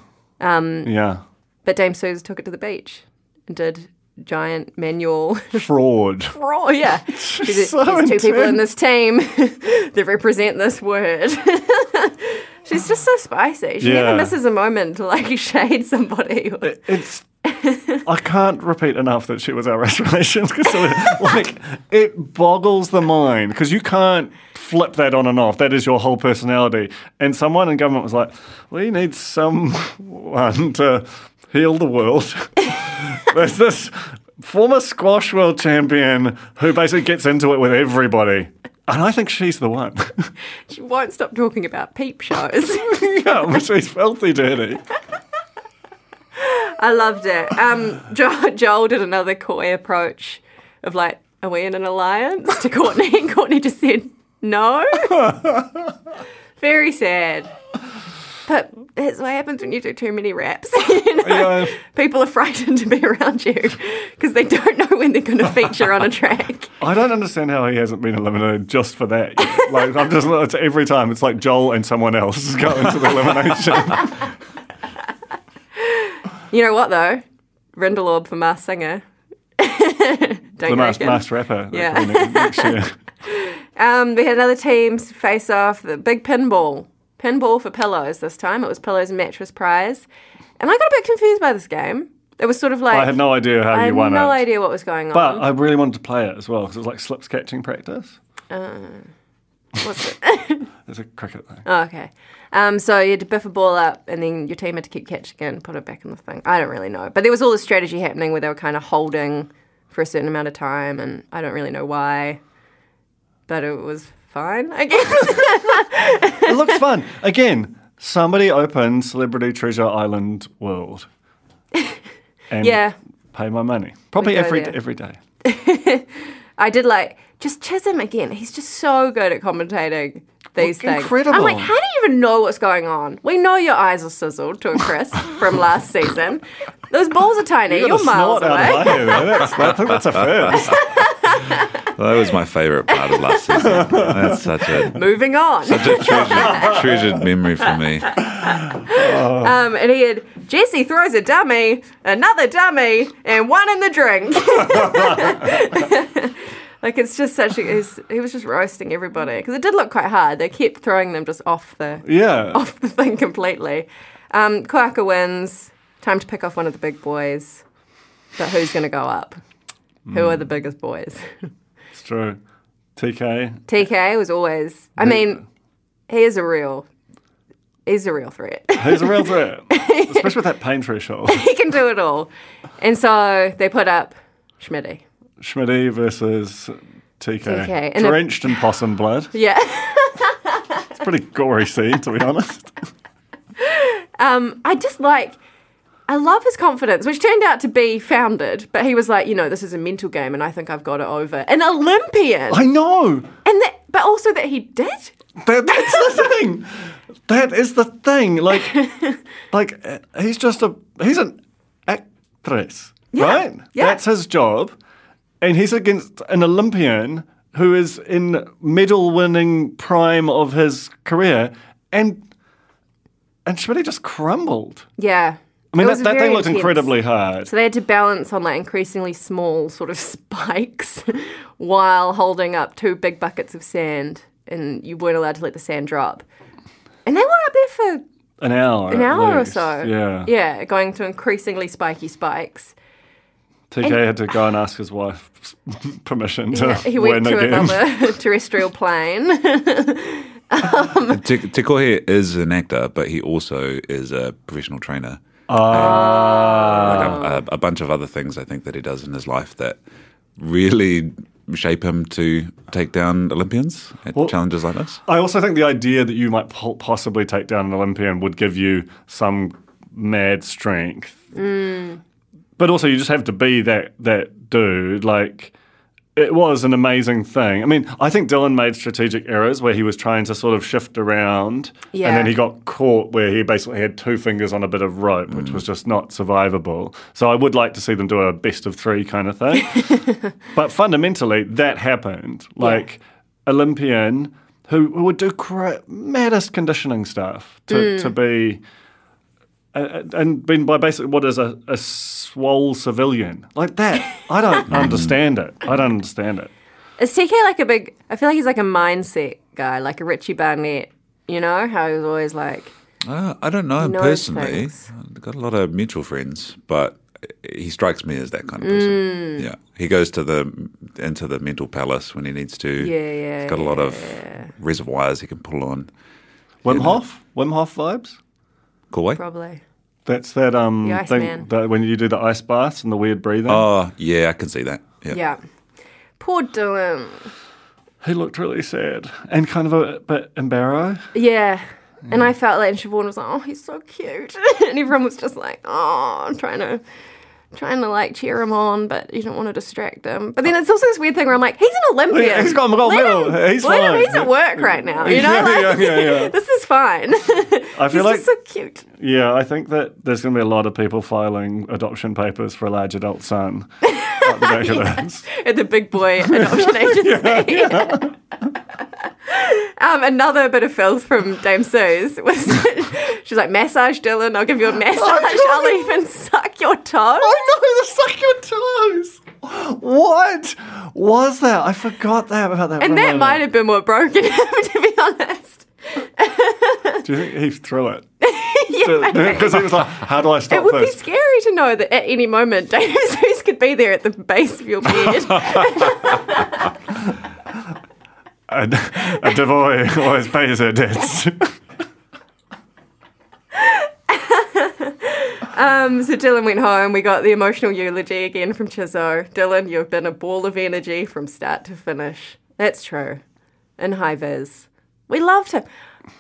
Speaker 5: Um, yeah.
Speaker 4: But Dame Suze took it to the beach and did giant manual
Speaker 5: Fraud.
Speaker 4: roll. Oh,
Speaker 5: <laughs>
Speaker 4: Yeah, there's,
Speaker 5: so
Speaker 4: there's two people in this
Speaker 5: intense.
Speaker 4: team <laughs> that represent this word. <laughs> She's just so spicy. She
Speaker 5: Yeah.
Speaker 4: never misses a moment to like <laughs> shade somebody. or-
Speaker 5: It's. I can't repeat enough that she was our <laughs> race relations because, like, it boggles the mind because you can't flip that on and off. That is your whole personality. And someone in government was like, "We need someone <laughs> to heal the world." <laughs> There's this former squash world champion who basically gets into it with everybody, and I think she's the one.
Speaker 4: She won't stop talking about peep shows. <laughs>
Speaker 5: yeah, well, she's filthy dirty.
Speaker 4: I loved it. Um, <laughs> jo- Joel did another coy approach of like, "Are we in an alliance?" to Courtney, and Courtney just said, "No." Very sad. But that's what happens when you do too many raps. <laughs> you know?
Speaker 5: Yeah.
Speaker 4: People are frightened <laughs> to be around you because they don't know when they're going to feature on a track.
Speaker 5: I don't understand how he hasn't been eliminated just for that. yet. Like I'm just it's every time it's like Joel and someone else go into the elimination.
Speaker 4: You know what though? Rindelorb for Masked Singer. <laughs> don't
Speaker 5: the
Speaker 4: you
Speaker 5: mass
Speaker 4: reckon?
Speaker 5: mass rapper.
Speaker 4: Yeah.
Speaker 5: Like, ne-
Speaker 4: <laughs>
Speaker 5: Next year.
Speaker 4: Um, we had another team's face off, the big pinball. Pinball for pillows this time. It was pillows and mattress prize. And I got a bit confused by this game. It was sort of like
Speaker 5: I had no idea how
Speaker 4: I
Speaker 5: you
Speaker 4: had
Speaker 5: won
Speaker 4: no
Speaker 5: it.
Speaker 4: idea what was going
Speaker 5: But
Speaker 4: on.
Speaker 5: I really wanted to play it as well because it was like slips catching practice.
Speaker 4: Uh, What's it?
Speaker 5: <laughs> It's a cricket thing.
Speaker 4: Oh, okay. Um, so you had to biff a ball up, and then your team had to keep catching it and put it back in the thing. I don't really know, but there was all this strategy happening where they were kind of holding for a certain amount of time, and I don't really know why, but it was fine, I <laughs> guess.
Speaker 5: it looks fun. Again, somebody opened Celebrity Treasure Island
Speaker 4: <laughs>
Speaker 5: World. And
Speaker 4: Yeah.
Speaker 5: Pay my money. Probably
Speaker 4: go
Speaker 5: every
Speaker 4: there.
Speaker 5: every day.
Speaker 4: I did like just Chisholm again. He's just so good at commentating these things. I'm like,
Speaker 5: incredible.
Speaker 4: how do you even know what's going on? We know your eyes are sizzled to a crisp from last season. Those balls are tiny. You're,
Speaker 5: Got a
Speaker 4: miles
Speaker 5: snort out of
Speaker 4: away.
Speaker 5: my ear, man. That's, I think that's a first.
Speaker 6: That was my favourite part of last season. That's such
Speaker 5: <laughs>
Speaker 6: a,
Speaker 4: <laughs> Moving on.
Speaker 6: such a treasured, treasured memory for me.
Speaker 4: Um, and he had Jesse throws a dummy, another dummy, and one in the drink. <laughs> like it's just such a he's, he was just roasting everybody because it did look quite hard. They kept throwing them just off the <laughs>
Speaker 5: Yeah.
Speaker 4: off the thing completely. Um, Koaka wins. Time to pick off one of the big boys. But who's going to go up? Who are the biggest boys?
Speaker 5: <laughs>
Speaker 4: <laughs>
Speaker 5: It's true. TK.
Speaker 4: TK was always. I mean, he is a real. He's a real threat.
Speaker 5: Who's a real threat? Especially with that
Speaker 4: <laughs>
Speaker 5: pain threshold.
Speaker 4: he can do it all. And so they put up Schmitty.
Speaker 5: Schmitty versus TK.
Speaker 4: TK, and a-
Speaker 5: Drenched in possum blood.
Speaker 4: Yeah.
Speaker 5: It's a pretty gory scene, to
Speaker 4: <laughs>
Speaker 5: be honest.
Speaker 4: <laughs> I just like, I love his confidence, which turned out to be founded, but he was like, you know, this is a mental game and I think I've got it over. An Olympian.
Speaker 5: I know.
Speaker 4: and that, but also that he did.
Speaker 5: That, that's
Speaker 4: <laughs>
Speaker 5: the thing. That is the thing. Like, like uh, he's just a he's an actress, right?
Speaker 4: yeah.
Speaker 5: That's his job, and he's against an Olympian who is in medal-winning prime of his career, and and Schmidt just crumbled.
Speaker 4: Yeah.
Speaker 5: I mean,
Speaker 4: It
Speaker 5: that,
Speaker 4: was
Speaker 5: that
Speaker 4: very
Speaker 5: thing looked
Speaker 4: intense.
Speaker 5: incredibly hard.
Speaker 4: So they had to balance on like increasingly small sort of <laughs> spikes <laughs> while holding up two big buckets of sand, and you weren't allowed to let the sand drop. And they were up there for
Speaker 5: An hour.
Speaker 4: an
Speaker 5: at
Speaker 4: hour or
Speaker 5: least.
Speaker 4: so.
Speaker 5: Yeah.
Speaker 4: Yeah, going to increasingly spiky spikes.
Speaker 5: TK had to go and ask his wife <laughs> permission to
Speaker 4: He
Speaker 5: win
Speaker 4: went to
Speaker 5: again.
Speaker 4: another <laughs> terrestrial plane. <laughs>
Speaker 6: Te- Te Kohe is an actor, but he also is a professional trainer.
Speaker 5: Ah.
Speaker 6: Um, like a, a, a bunch of other things I think that he does in his life that really shape him to take down Olympians at
Speaker 5: Well-
Speaker 6: challenges like this?
Speaker 5: I also think the idea that you might po- possibly take down an Olympian would give you some mad strength. But also, you just have to be that that dude. Like, it was an amazing thing. I mean, I think Dylan made strategic errors where he was trying to sort of shift around,
Speaker 4: Yeah.
Speaker 5: and then he got caught where he basically had two fingers on a bit of rope, which was just not survivable. So I would like to see them do a best of three kind of thing. But fundamentally, that happened. Like Olympian, who, who would do cra- maddest conditioning stuff to, to be, uh, and been by basically what is a, a swole civilian like that.
Speaker 4: <laughs>
Speaker 5: I don't understand it. I don't understand it.
Speaker 4: Is TK like a big? I feel like he's like a mindset guy, like a Richie Barnett. You know how he was always like,
Speaker 6: Uh, I don't know him
Speaker 4: No,
Speaker 6: personally.
Speaker 4: thanks.
Speaker 6: I've got a lot of mutual friends, but he strikes me as that kind of person.
Speaker 4: Mm.
Speaker 6: Yeah, he goes to the into the mental palace when he needs to.
Speaker 4: Yeah, yeah,
Speaker 6: He's got a lot of reservoirs he can pull on.
Speaker 5: Wim Hof, Wim Hof vibes.
Speaker 6: Cool way.
Speaker 4: probably.
Speaker 5: That's that um
Speaker 4: The
Speaker 5: thing
Speaker 4: Iceman.
Speaker 5: that when you do the ice baths and the weird breathing.
Speaker 6: Oh yeah, I can see that. Yeah.
Speaker 4: Yeah. Poor Dylan.
Speaker 5: He looked really sad and kind of a bit embarrassed.
Speaker 4: Yeah. And I felt like, and Siobhan was like, oh, he's so cute. <laughs> and everyone was just like, oh, trying to, trying to like cheer him on, but you don't want to distract him. But then it's also this weird thing where I'm like, he's an Olympian.
Speaker 5: He's got a gold
Speaker 4: Let
Speaker 5: medal.
Speaker 4: him-
Speaker 5: He's
Speaker 4: let him-
Speaker 5: fine.
Speaker 4: he's at work right now. You know,
Speaker 5: <laughs> Yeah, yeah,
Speaker 4: like,
Speaker 5: yeah,
Speaker 4: <laughs>
Speaker 5: yeah.
Speaker 4: this is fine.
Speaker 5: I
Speaker 4: he's
Speaker 5: feel like
Speaker 4: just so cute.
Speaker 5: Yeah, I think that there's going to be a lot of people filing adoption papers for a large
Speaker 4: <laughs>
Speaker 5: adult son. out the back of this.
Speaker 4: at the big boy adoption agency. um, another bit of filth from Dame Suze was <laughs> she's like, massage Dylan, I'll give you a massage, I'll even suck your toe.
Speaker 5: Oh, I know, the suck your toes. What was that? I forgot that about that.
Speaker 4: and
Speaker 5: for a
Speaker 4: that
Speaker 5: moment.
Speaker 4: might have been what broken him, <laughs> to be honest.
Speaker 5: Do you think he
Speaker 4: <laughs>
Speaker 5: threw it? Because he was like, "How do I stop
Speaker 4: It would be
Speaker 5: this?"
Speaker 4: scary to know that at any moment Dame Suze could be there at the base of your bed.
Speaker 5: A, a devoy <laughs> always pays her debts.
Speaker 4: So Dylan went home. We got the emotional eulogy again from Chizo. Dylan, you've been a ball of energy from start to finish. That's true. In high vis. We loved him.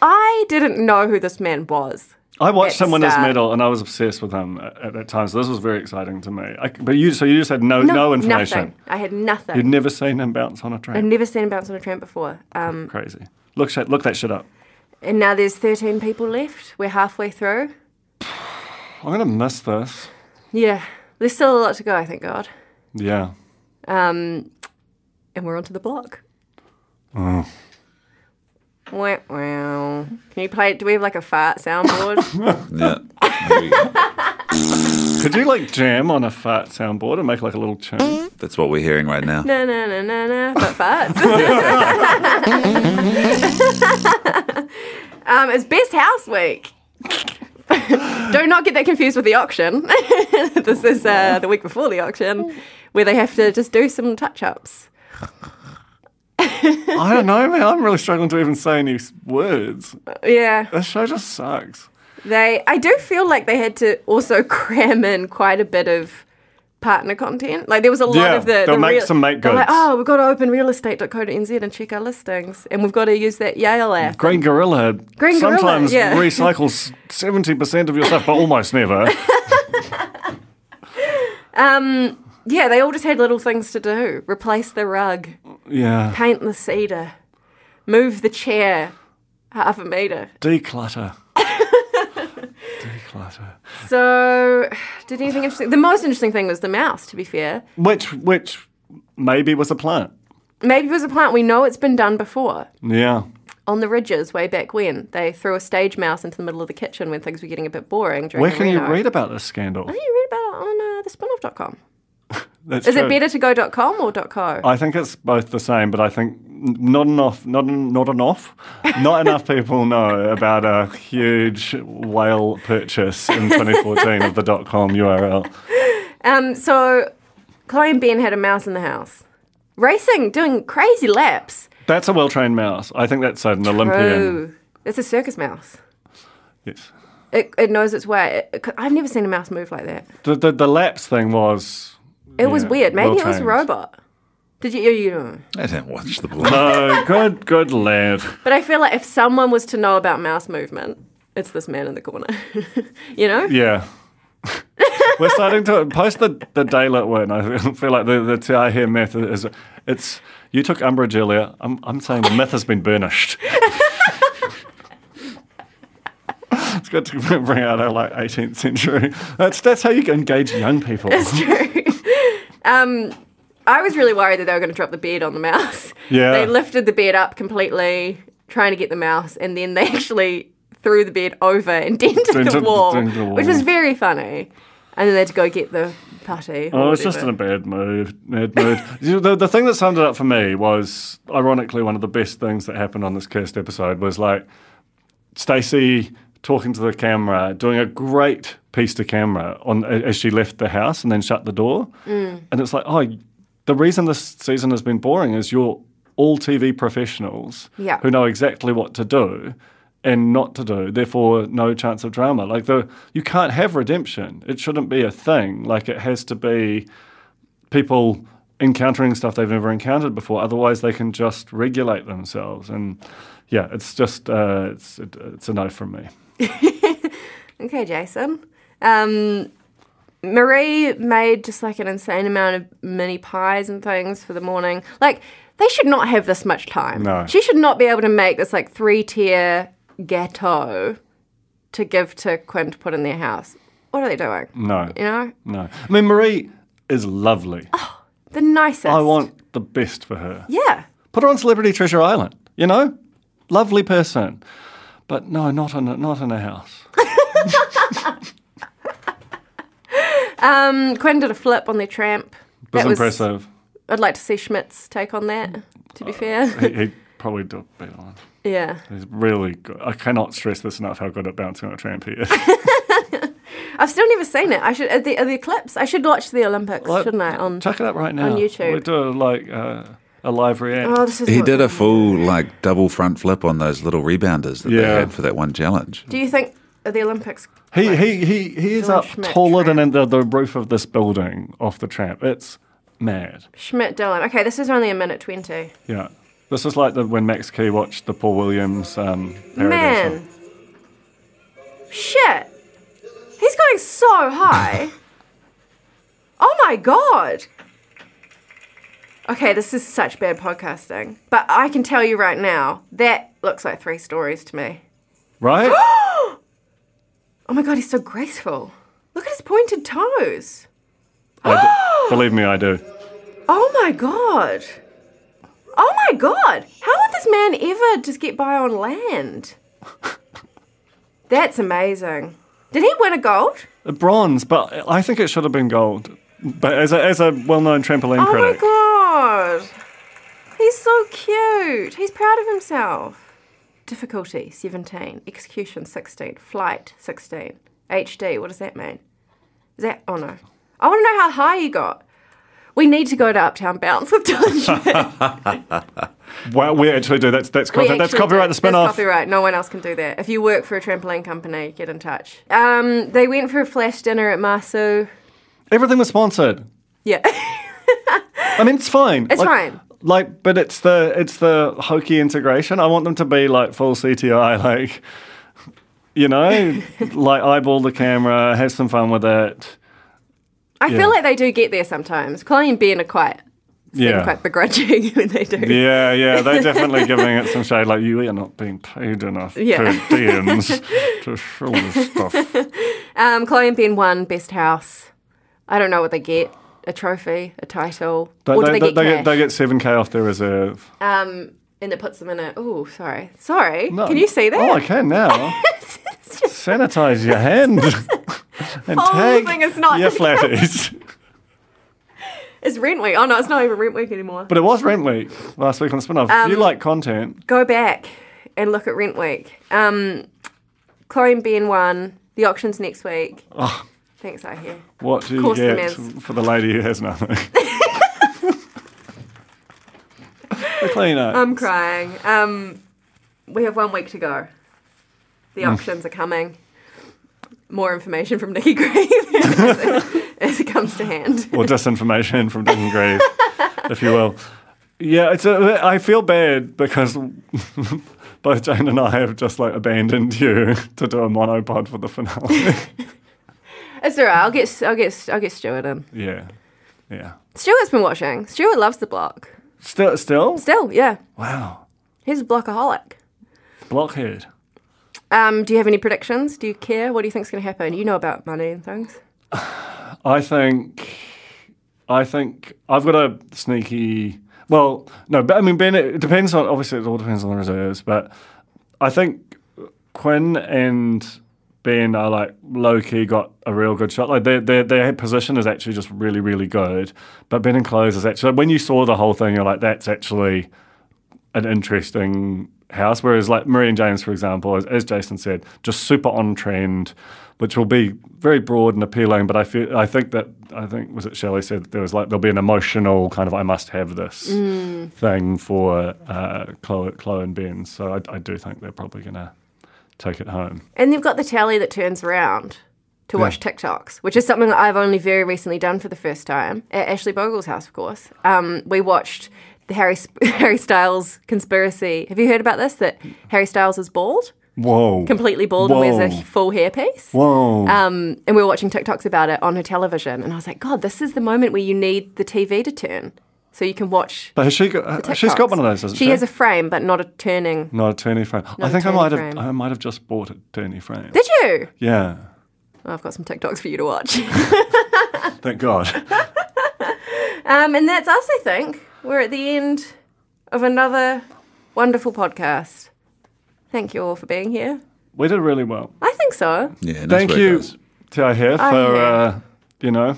Speaker 4: I didn't know who this man was.
Speaker 5: I watched
Speaker 4: At
Speaker 5: him win his
Speaker 4: start.
Speaker 5: medal, and I was obsessed with him at, at that time. So this was very exciting to me. I, but you, so you just had no no, information.
Speaker 4: Nothing. I had nothing.
Speaker 5: You'd never seen him bounce on a
Speaker 4: I'd
Speaker 5: train.
Speaker 4: never seen him bounce on a tramp before. Um,
Speaker 5: Crazy. Look, shit- look that shit up.
Speaker 4: and now there's 13 people left. We're halfway through.
Speaker 5: I'm gonna miss this.
Speaker 4: Yeah. There's still a lot to go, thank God.
Speaker 5: Yeah.
Speaker 4: Um, and we're onto the block.
Speaker 5: Mm.
Speaker 4: Oh. Wow, wow. Can you play? Do we have like a fart
Speaker 5: <laughs>
Speaker 4: soundboard?
Speaker 6: Yeah. There we
Speaker 4: <laughs>
Speaker 6: go.
Speaker 5: Could you like jam on a fart soundboard and make like a
Speaker 4: <laughs>
Speaker 5: little tune?
Speaker 6: That's what we're hearing right now.
Speaker 4: na na na na na, but
Speaker 5: <laughs>
Speaker 4: farts. um, it's Best House Week. Do not get that confused with the auction. <laughs> this is uh, the week before the auction, where they have to just do some touch-ups.
Speaker 5: I don't know, man. I'm really struggling to even say any s- words.
Speaker 4: Yeah,
Speaker 5: This show just sucks.
Speaker 4: they. I do feel like they had to also <laughs> cram in quite a bit of partner content. Like there was a lot
Speaker 5: Yeah,
Speaker 4: of the.
Speaker 5: they'll
Speaker 4: the
Speaker 5: make some make
Speaker 4: they're Like,
Speaker 5: goods.
Speaker 4: oh, we've got to open realestate.co.nz and check our listings, and we've got to use that Yale app.
Speaker 5: Green Gorilla
Speaker 4: Green Gorilla,
Speaker 5: sometimes
Speaker 4: yeah. <laughs>
Speaker 5: recycles 70% of your stuff, but almost never.
Speaker 4: Yeah, they all just had little things to do. Replace the rug,
Speaker 5: Yeah.
Speaker 4: paint the cedar, move the chair half a meter.
Speaker 5: Declutter. Declutter.
Speaker 4: So, did anything interesting? The most interesting thing was the mouse, to be fair.
Speaker 5: Which, which maybe was a plant.
Speaker 4: Maybe it was a plant. We know it's been done before.
Speaker 5: Yeah.
Speaker 4: On the ridges, way back when, they threw a stage mouse into the middle of the kitchen when things were getting a bit boring. During
Speaker 5: Where
Speaker 4: the
Speaker 5: can you
Speaker 4: reno.
Speaker 5: read about this scandal?
Speaker 4: I think you read about it on uh, the spinoff.com.
Speaker 5: That's
Speaker 4: Is it
Speaker 5: true.
Speaker 4: better to go.com or .co?
Speaker 5: I think it's both the same, but I think n- not enough, not en- not enough, not enough people know about a huge whale
Speaker 4: <laughs>
Speaker 5: purchase in 2014 of the .com URL.
Speaker 4: Um, so, Chloe and Ben had a mouse in the house. Racing, doing crazy laps.
Speaker 5: That's a well-trained mouse. I think that's an Olympian.
Speaker 4: Oh, it's a circus mouse.
Speaker 5: Yes.
Speaker 4: It, it knows its way. It- it- I've never seen a mouse move like that.
Speaker 5: The, the the laps thing was.
Speaker 4: It was weird. Maybe it was a robot. Did Did you? You don't.
Speaker 6: I didn't watch the blog.
Speaker 5: Oh, good, good lad.
Speaker 4: But I feel like if someone was to know about mouse movement, it's this man in the corner. <laughs> you know? <laughs>
Speaker 5: Yeah. We're starting to post the, the daylit one. I feel like the, the TI here myth is it's you took umbrage earlier. I'm, I'm saying the myth has been burnished. it's good to bring out our like 18th century. That's that's how you engage young people.
Speaker 4: Um, I was really worried that they were going to drop the bed on the mouse.
Speaker 5: Yeah.
Speaker 4: They lifted the bed up completely, trying to get the mouse, and then they <laughs> actually threw the bed over and <laughs> dented, the,
Speaker 5: Dented-
Speaker 4: wall,
Speaker 5: dented the
Speaker 4: which
Speaker 5: wall.
Speaker 4: was very funny. And then they had to go get the putty.
Speaker 5: I was Oh, just in a bad mood. Bad mood. <laughs> You know, the, the thing that summed it up for me was, ironically, one of the best things that happened on this cursed episode was like Stacey talking to the camera, doing a great piece to camera on as she left the house and then shut the door. And it's like, oh, the reason this season has been boring is you're all TV professionals
Speaker 4: Yeah.
Speaker 5: who know exactly what to do and not to do. Therefore, no chance of drama. Like the you can't have redemption. It shouldn't be a thing. Like it has to be people encountering stuff they've never encountered before. Otherwise, they can just regulate themselves. And yeah, it's just uh, it's it, it's a no from me.
Speaker 4: Okay, Jason. Um, Marie made just like an insane amount of mini pies and things for the morning. Like, they should not have this much time.
Speaker 5: No.
Speaker 4: She should not be able to make this like three tier ghetto to give to Quinn to put in their house. What are they doing?
Speaker 5: No,
Speaker 4: You know?
Speaker 5: no. I mean, Marie is lovely.
Speaker 4: The nicest.
Speaker 5: I want the best for her.
Speaker 4: Yeah.
Speaker 5: Put her on Celebrity Treasure Island. You know, lovely person. But no, not in a, not in a house.
Speaker 4: Um, Quinn did a flip on their tramp.
Speaker 5: It was impressive.
Speaker 4: I'd like to see Schmidt's take on that, to be
Speaker 5: <laughs>
Speaker 4: fair.
Speaker 5: he, he'd probably do it better. than-
Speaker 4: yeah.
Speaker 5: He's really good. I cannot stress this enough how good at bouncing on a tramp
Speaker 4: <laughs>
Speaker 5: he is.
Speaker 4: I've still never seen it. I should are the, are the clips. I should watch the Olympics,
Speaker 5: Like,
Speaker 4: shouldn't I? On
Speaker 5: Check it out right now.
Speaker 4: YouTube.
Speaker 5: We do like uh, a live react.
Speaker 4: oh, this is
Speaker 6: He
Speaker 4: what-
Speaker 6: did a full like double front flip on those little rebounders that they
Speaker 5: Yeah.
Speaker 6: had for that one challenge.
Speaker 4: Do you think are the Olympics?
Speaker 5: he, he he he is
Speaker 4: Doing
Speaker 5: up
Speaker 4: Schmidt
Speaker 5: taller than the, the roof of this building off the tramp. It's mad.
Speaker 4: Schmidt Dillon. Okay, this is only a minute twenty.
Speaker 5: Yeah. This is like the, when Max Key watched the Paul Williams um, parody.
Speaker 4: Man,
Speaker 5: song.
Speaker 4: shit, he's going so high. oh my god. Okay, this is such bad podcasting, but I can tell you right now that looks like three stories to me. <gasps>
Speaker 5: Right?
Speaker 4: Oh my god, he's so graceful. Look at his pointed toes.
Speaker 5: I do- believe me, I do.
Speaker 4: Oh my god. Oh my god. How would this man ever just get by on land? That's amazing. Did he win a gold?
Speaker 5: Bronze, but I think it should have been gold. But as a, as a well known trampoline
Speaker 4: Oh my
Speaker 5: critic,
Speaker 4: god. He's so cute. He's proud of himself. Difficulty 17, execution 16, flight 16, HD. What does that mean? Is that oh no. I want to know how high he got. We need to go to Uptown Bounce with Dylan. Schmidt.
Speaker 5: wow, we actually do. That's that's
Speaker 4: We
Speaker 5: copyright. That's
Speaker 4: actually
Speaker 5: copyright.
Speaker 4: did.
Speaker 5: The spin
Speaker 4: That's
Speaker 5: off.
Speaker 4: Copyright. No one else can do that. If you work for a trampoline company, get in touch. Um, they went for a flash dinner at Masu.
Speaker 5: Everything was sponsored.
Speaker 4: Yeah. <laughs>
Speaker 5: I mean, it's fine.
Speaker 4: It's
Speaker 5: Like-
Speaker 4: fine.
Speaker 5: Like, but it's the it's the hokey integration. I want them to be like full CTI, <laughs> like
Speaker 4: <laughs>
Speaker 5: you know, like eyeball the camera, have some fun with it.
Speaker 4: I
Speaker 5: Yeah.
Speaker 4: feel like they do get there sometimes. Chloe and Ben are quite seem
Speaker 5: Yeah.
Speaker 4: quite begrudging <laughs> when they do.
Speaker 5: Yeah,
Speaker 4: <laughs>
Speaker 5: yeah, they're definitely giving it some shade. Like you are not being paid enough
Speaker 4: Yeah.
Speaker 5: to
Speaker 4: <laughs>
Speaker 5: DMs to show this stuff.
Speaker 4: Um, Chloe and Ben won best house. I don't know what they get. A trophy, a title, or do they, get
Speaker 5: they
Speaker 4: cash?
Speaker 5: get they get seven k off their reserve.
Speaker 4: um, and it puts them in a. Oh, sorry, sorry.
Speaker 5: No.
Speaker 4: Can you see that?
Speaker 5: Oh, I can now.
Speaker 4: <laughs> It's just-
Speaker 5: Sanitize
Speaker 4: <laughs>
Speaker 5: your hand <laughs> and
Speaker 4: Oh,
Speaker 5: tag
Speaker 4: thing is not- <laughs>
Speaker 5: your flatties.
Speaker 4: it's rent week. Oh no, it's not even rent week anymore.
Speaker 5: But it was rent week last week on spin off.
Speaker 4: Um,
Speaker 5: if you like content,
Speaker 4: go back and look at Rent Week. Um, Chloe and Ben won. The auction's next week. Thanks, I hear.
Speaker 5: what do you
Speaker 4: course there
Speaker 5: get
Speaker 4: is.
Speaker 5: for the lady who has
Speaker 4: <laughs>
Speaker 5: nothing? <laughs> the cleaner.
Speaker 4: I'm crying. Um, we have one week to go. The auctions are coming. More information from Nikki <laughs> Grave as, it, as it comes to hand.
Speaker 5: or disinformation from Dick and Grave, if you will. Yeah, it's a, I feel bad because <laughs> both Jane and I have just like abandoned you <laughs> to do a monopod for the finale.
Speaker 4: It's all right. I'll get I'll get I'll get Stuart in.
Speaker 5: yeah, yeah.
Speaker 4: Stuart's been watching. Stuart loves the block.
Speaker 5: Still, still.
Speaker 4: Still, yeah,
Speaker 5: Wow,
Speaker 4: he's a blockaholic.
Speaker 5: blockhead.
Speaker 4: Um, do you have any predictions? Do you care? What do you think's going to happen? You know about money and things.
Speaker 5: I think, I think I've got a sneaky. Well, no, but I mean, Ben. It depends on. Obviously, it all depends on the reserves, but I think Quinn and Ben are like low key got a real good shot. Like their their their position is actually just really really good. But Ben and Close is actually when you saw the whole thing, you're like, that's actually an interesting house. Whereas like Marie and James, for example, as, as Jason said, just super on trend, which will be very broad and appealing. But I feel I think that I think was it Shelley said that there was like there'll be an emotional kind of I must have this
Speaker 4: Mm.
Speaker 5: thing for uh, Chloe, Chloe and Ben. So I, I do think they're probably gonna take it home.
Speaker 4: And you've got the tally that turns around to watch TikToks, which is something that I've only very recently done for the first time at Ashley Bogle's house, of course. Um, we watched the Harry Sp- <laughs> Harry Styles conspiracy. Have you heard about this? That Harry Styles is bald,
Speaker 5: Whoa!
Speaker 4: completely bald, and wears a full hairpiece.
Speaker 5: Whoa!
Speaker 4: Um, and we were watching TikToks about it on her television, and I was like, God, this is the moment where you need the TV to turn so you can watch.
Speaker 5: but has she got, she's got one of those, doesn't she?
Speaker 4: She has a frame, but not a turning.
Speaker 5: not a turny frame.
Speaker 4: Not
Speaker 5: I
Speaker 4: a
Speaker 5: think I
Speaker 4: turny
Speaker 5: might
Speaker 4: frame.
Speaker 5: have I might have just bought a turny frame.
Speaker 4: Did you?
Speaker 5: yeah.
Speaker 4: Oh, I've got some TikToks for you to watch. <laughs>
Speaker 5: Thank God.
Speaker 4: Um, and that's us, I think. We're at the end of another wonderful podcast. Thank you all for being here.
Speaker 5: We did really well.
Speaker 4: I think so.
Speaker 10: Yeah, nice
Speaker 5: Thank
Speaker 10: work,
Speaker 5: you,
Speaker 10: guys.
Speaker 5: Ti here, for
Speaker 4: yeah.
Speaker 5: uh, you know,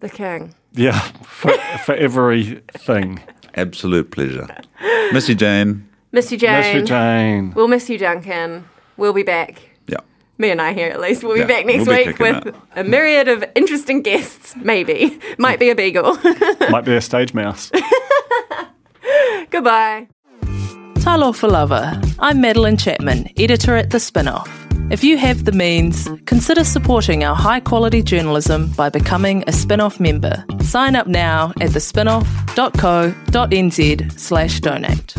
Speaker 4: The King.
Speaker 5: yeah, <laughs> for, for everything.
Speaker 10: Absolute pleasure. Miss you, Jane.
Speaker 4: Miss you, Jane.
Speaker 5: Miss you, Jane.
Speaker 4: We'll miss you, Duncan. We'll be back.
Speaker 10: Yeah.
Speaker 4: Me and I here, at least. We'll be
Speaker 10: Yeah,
Speaker 4: back next
Speaker 10: we'll be
Speaker 4: week
Speaker 10: kicking
Speaker 4: with
Speaker 10: it.
Speaker 4: a myriad of interesting guests, maybe. Might be a beagle. <laughs>
Speaker 5: Might be a stage mouse.
Speaker 4: Goodbye.
Speaker 1: Talo for Lover. I'm Madeline Chapman, editor at The Spinoff. If you have the means, consider supporting our high quality journalism by becoming a spinoff member. Sign up now at thespinoff.co.nz slash donate.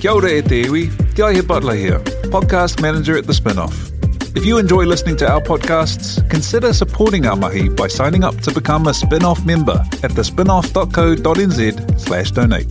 Speaker 6: Kia ora e te iwi, Te Aihe Butler here, podcast manager at The Spinoff. If you enjoy listening to our podcasts, consider supporting our mahi by signing up to become a spin-off member at thespinoff.co.nz slash donate.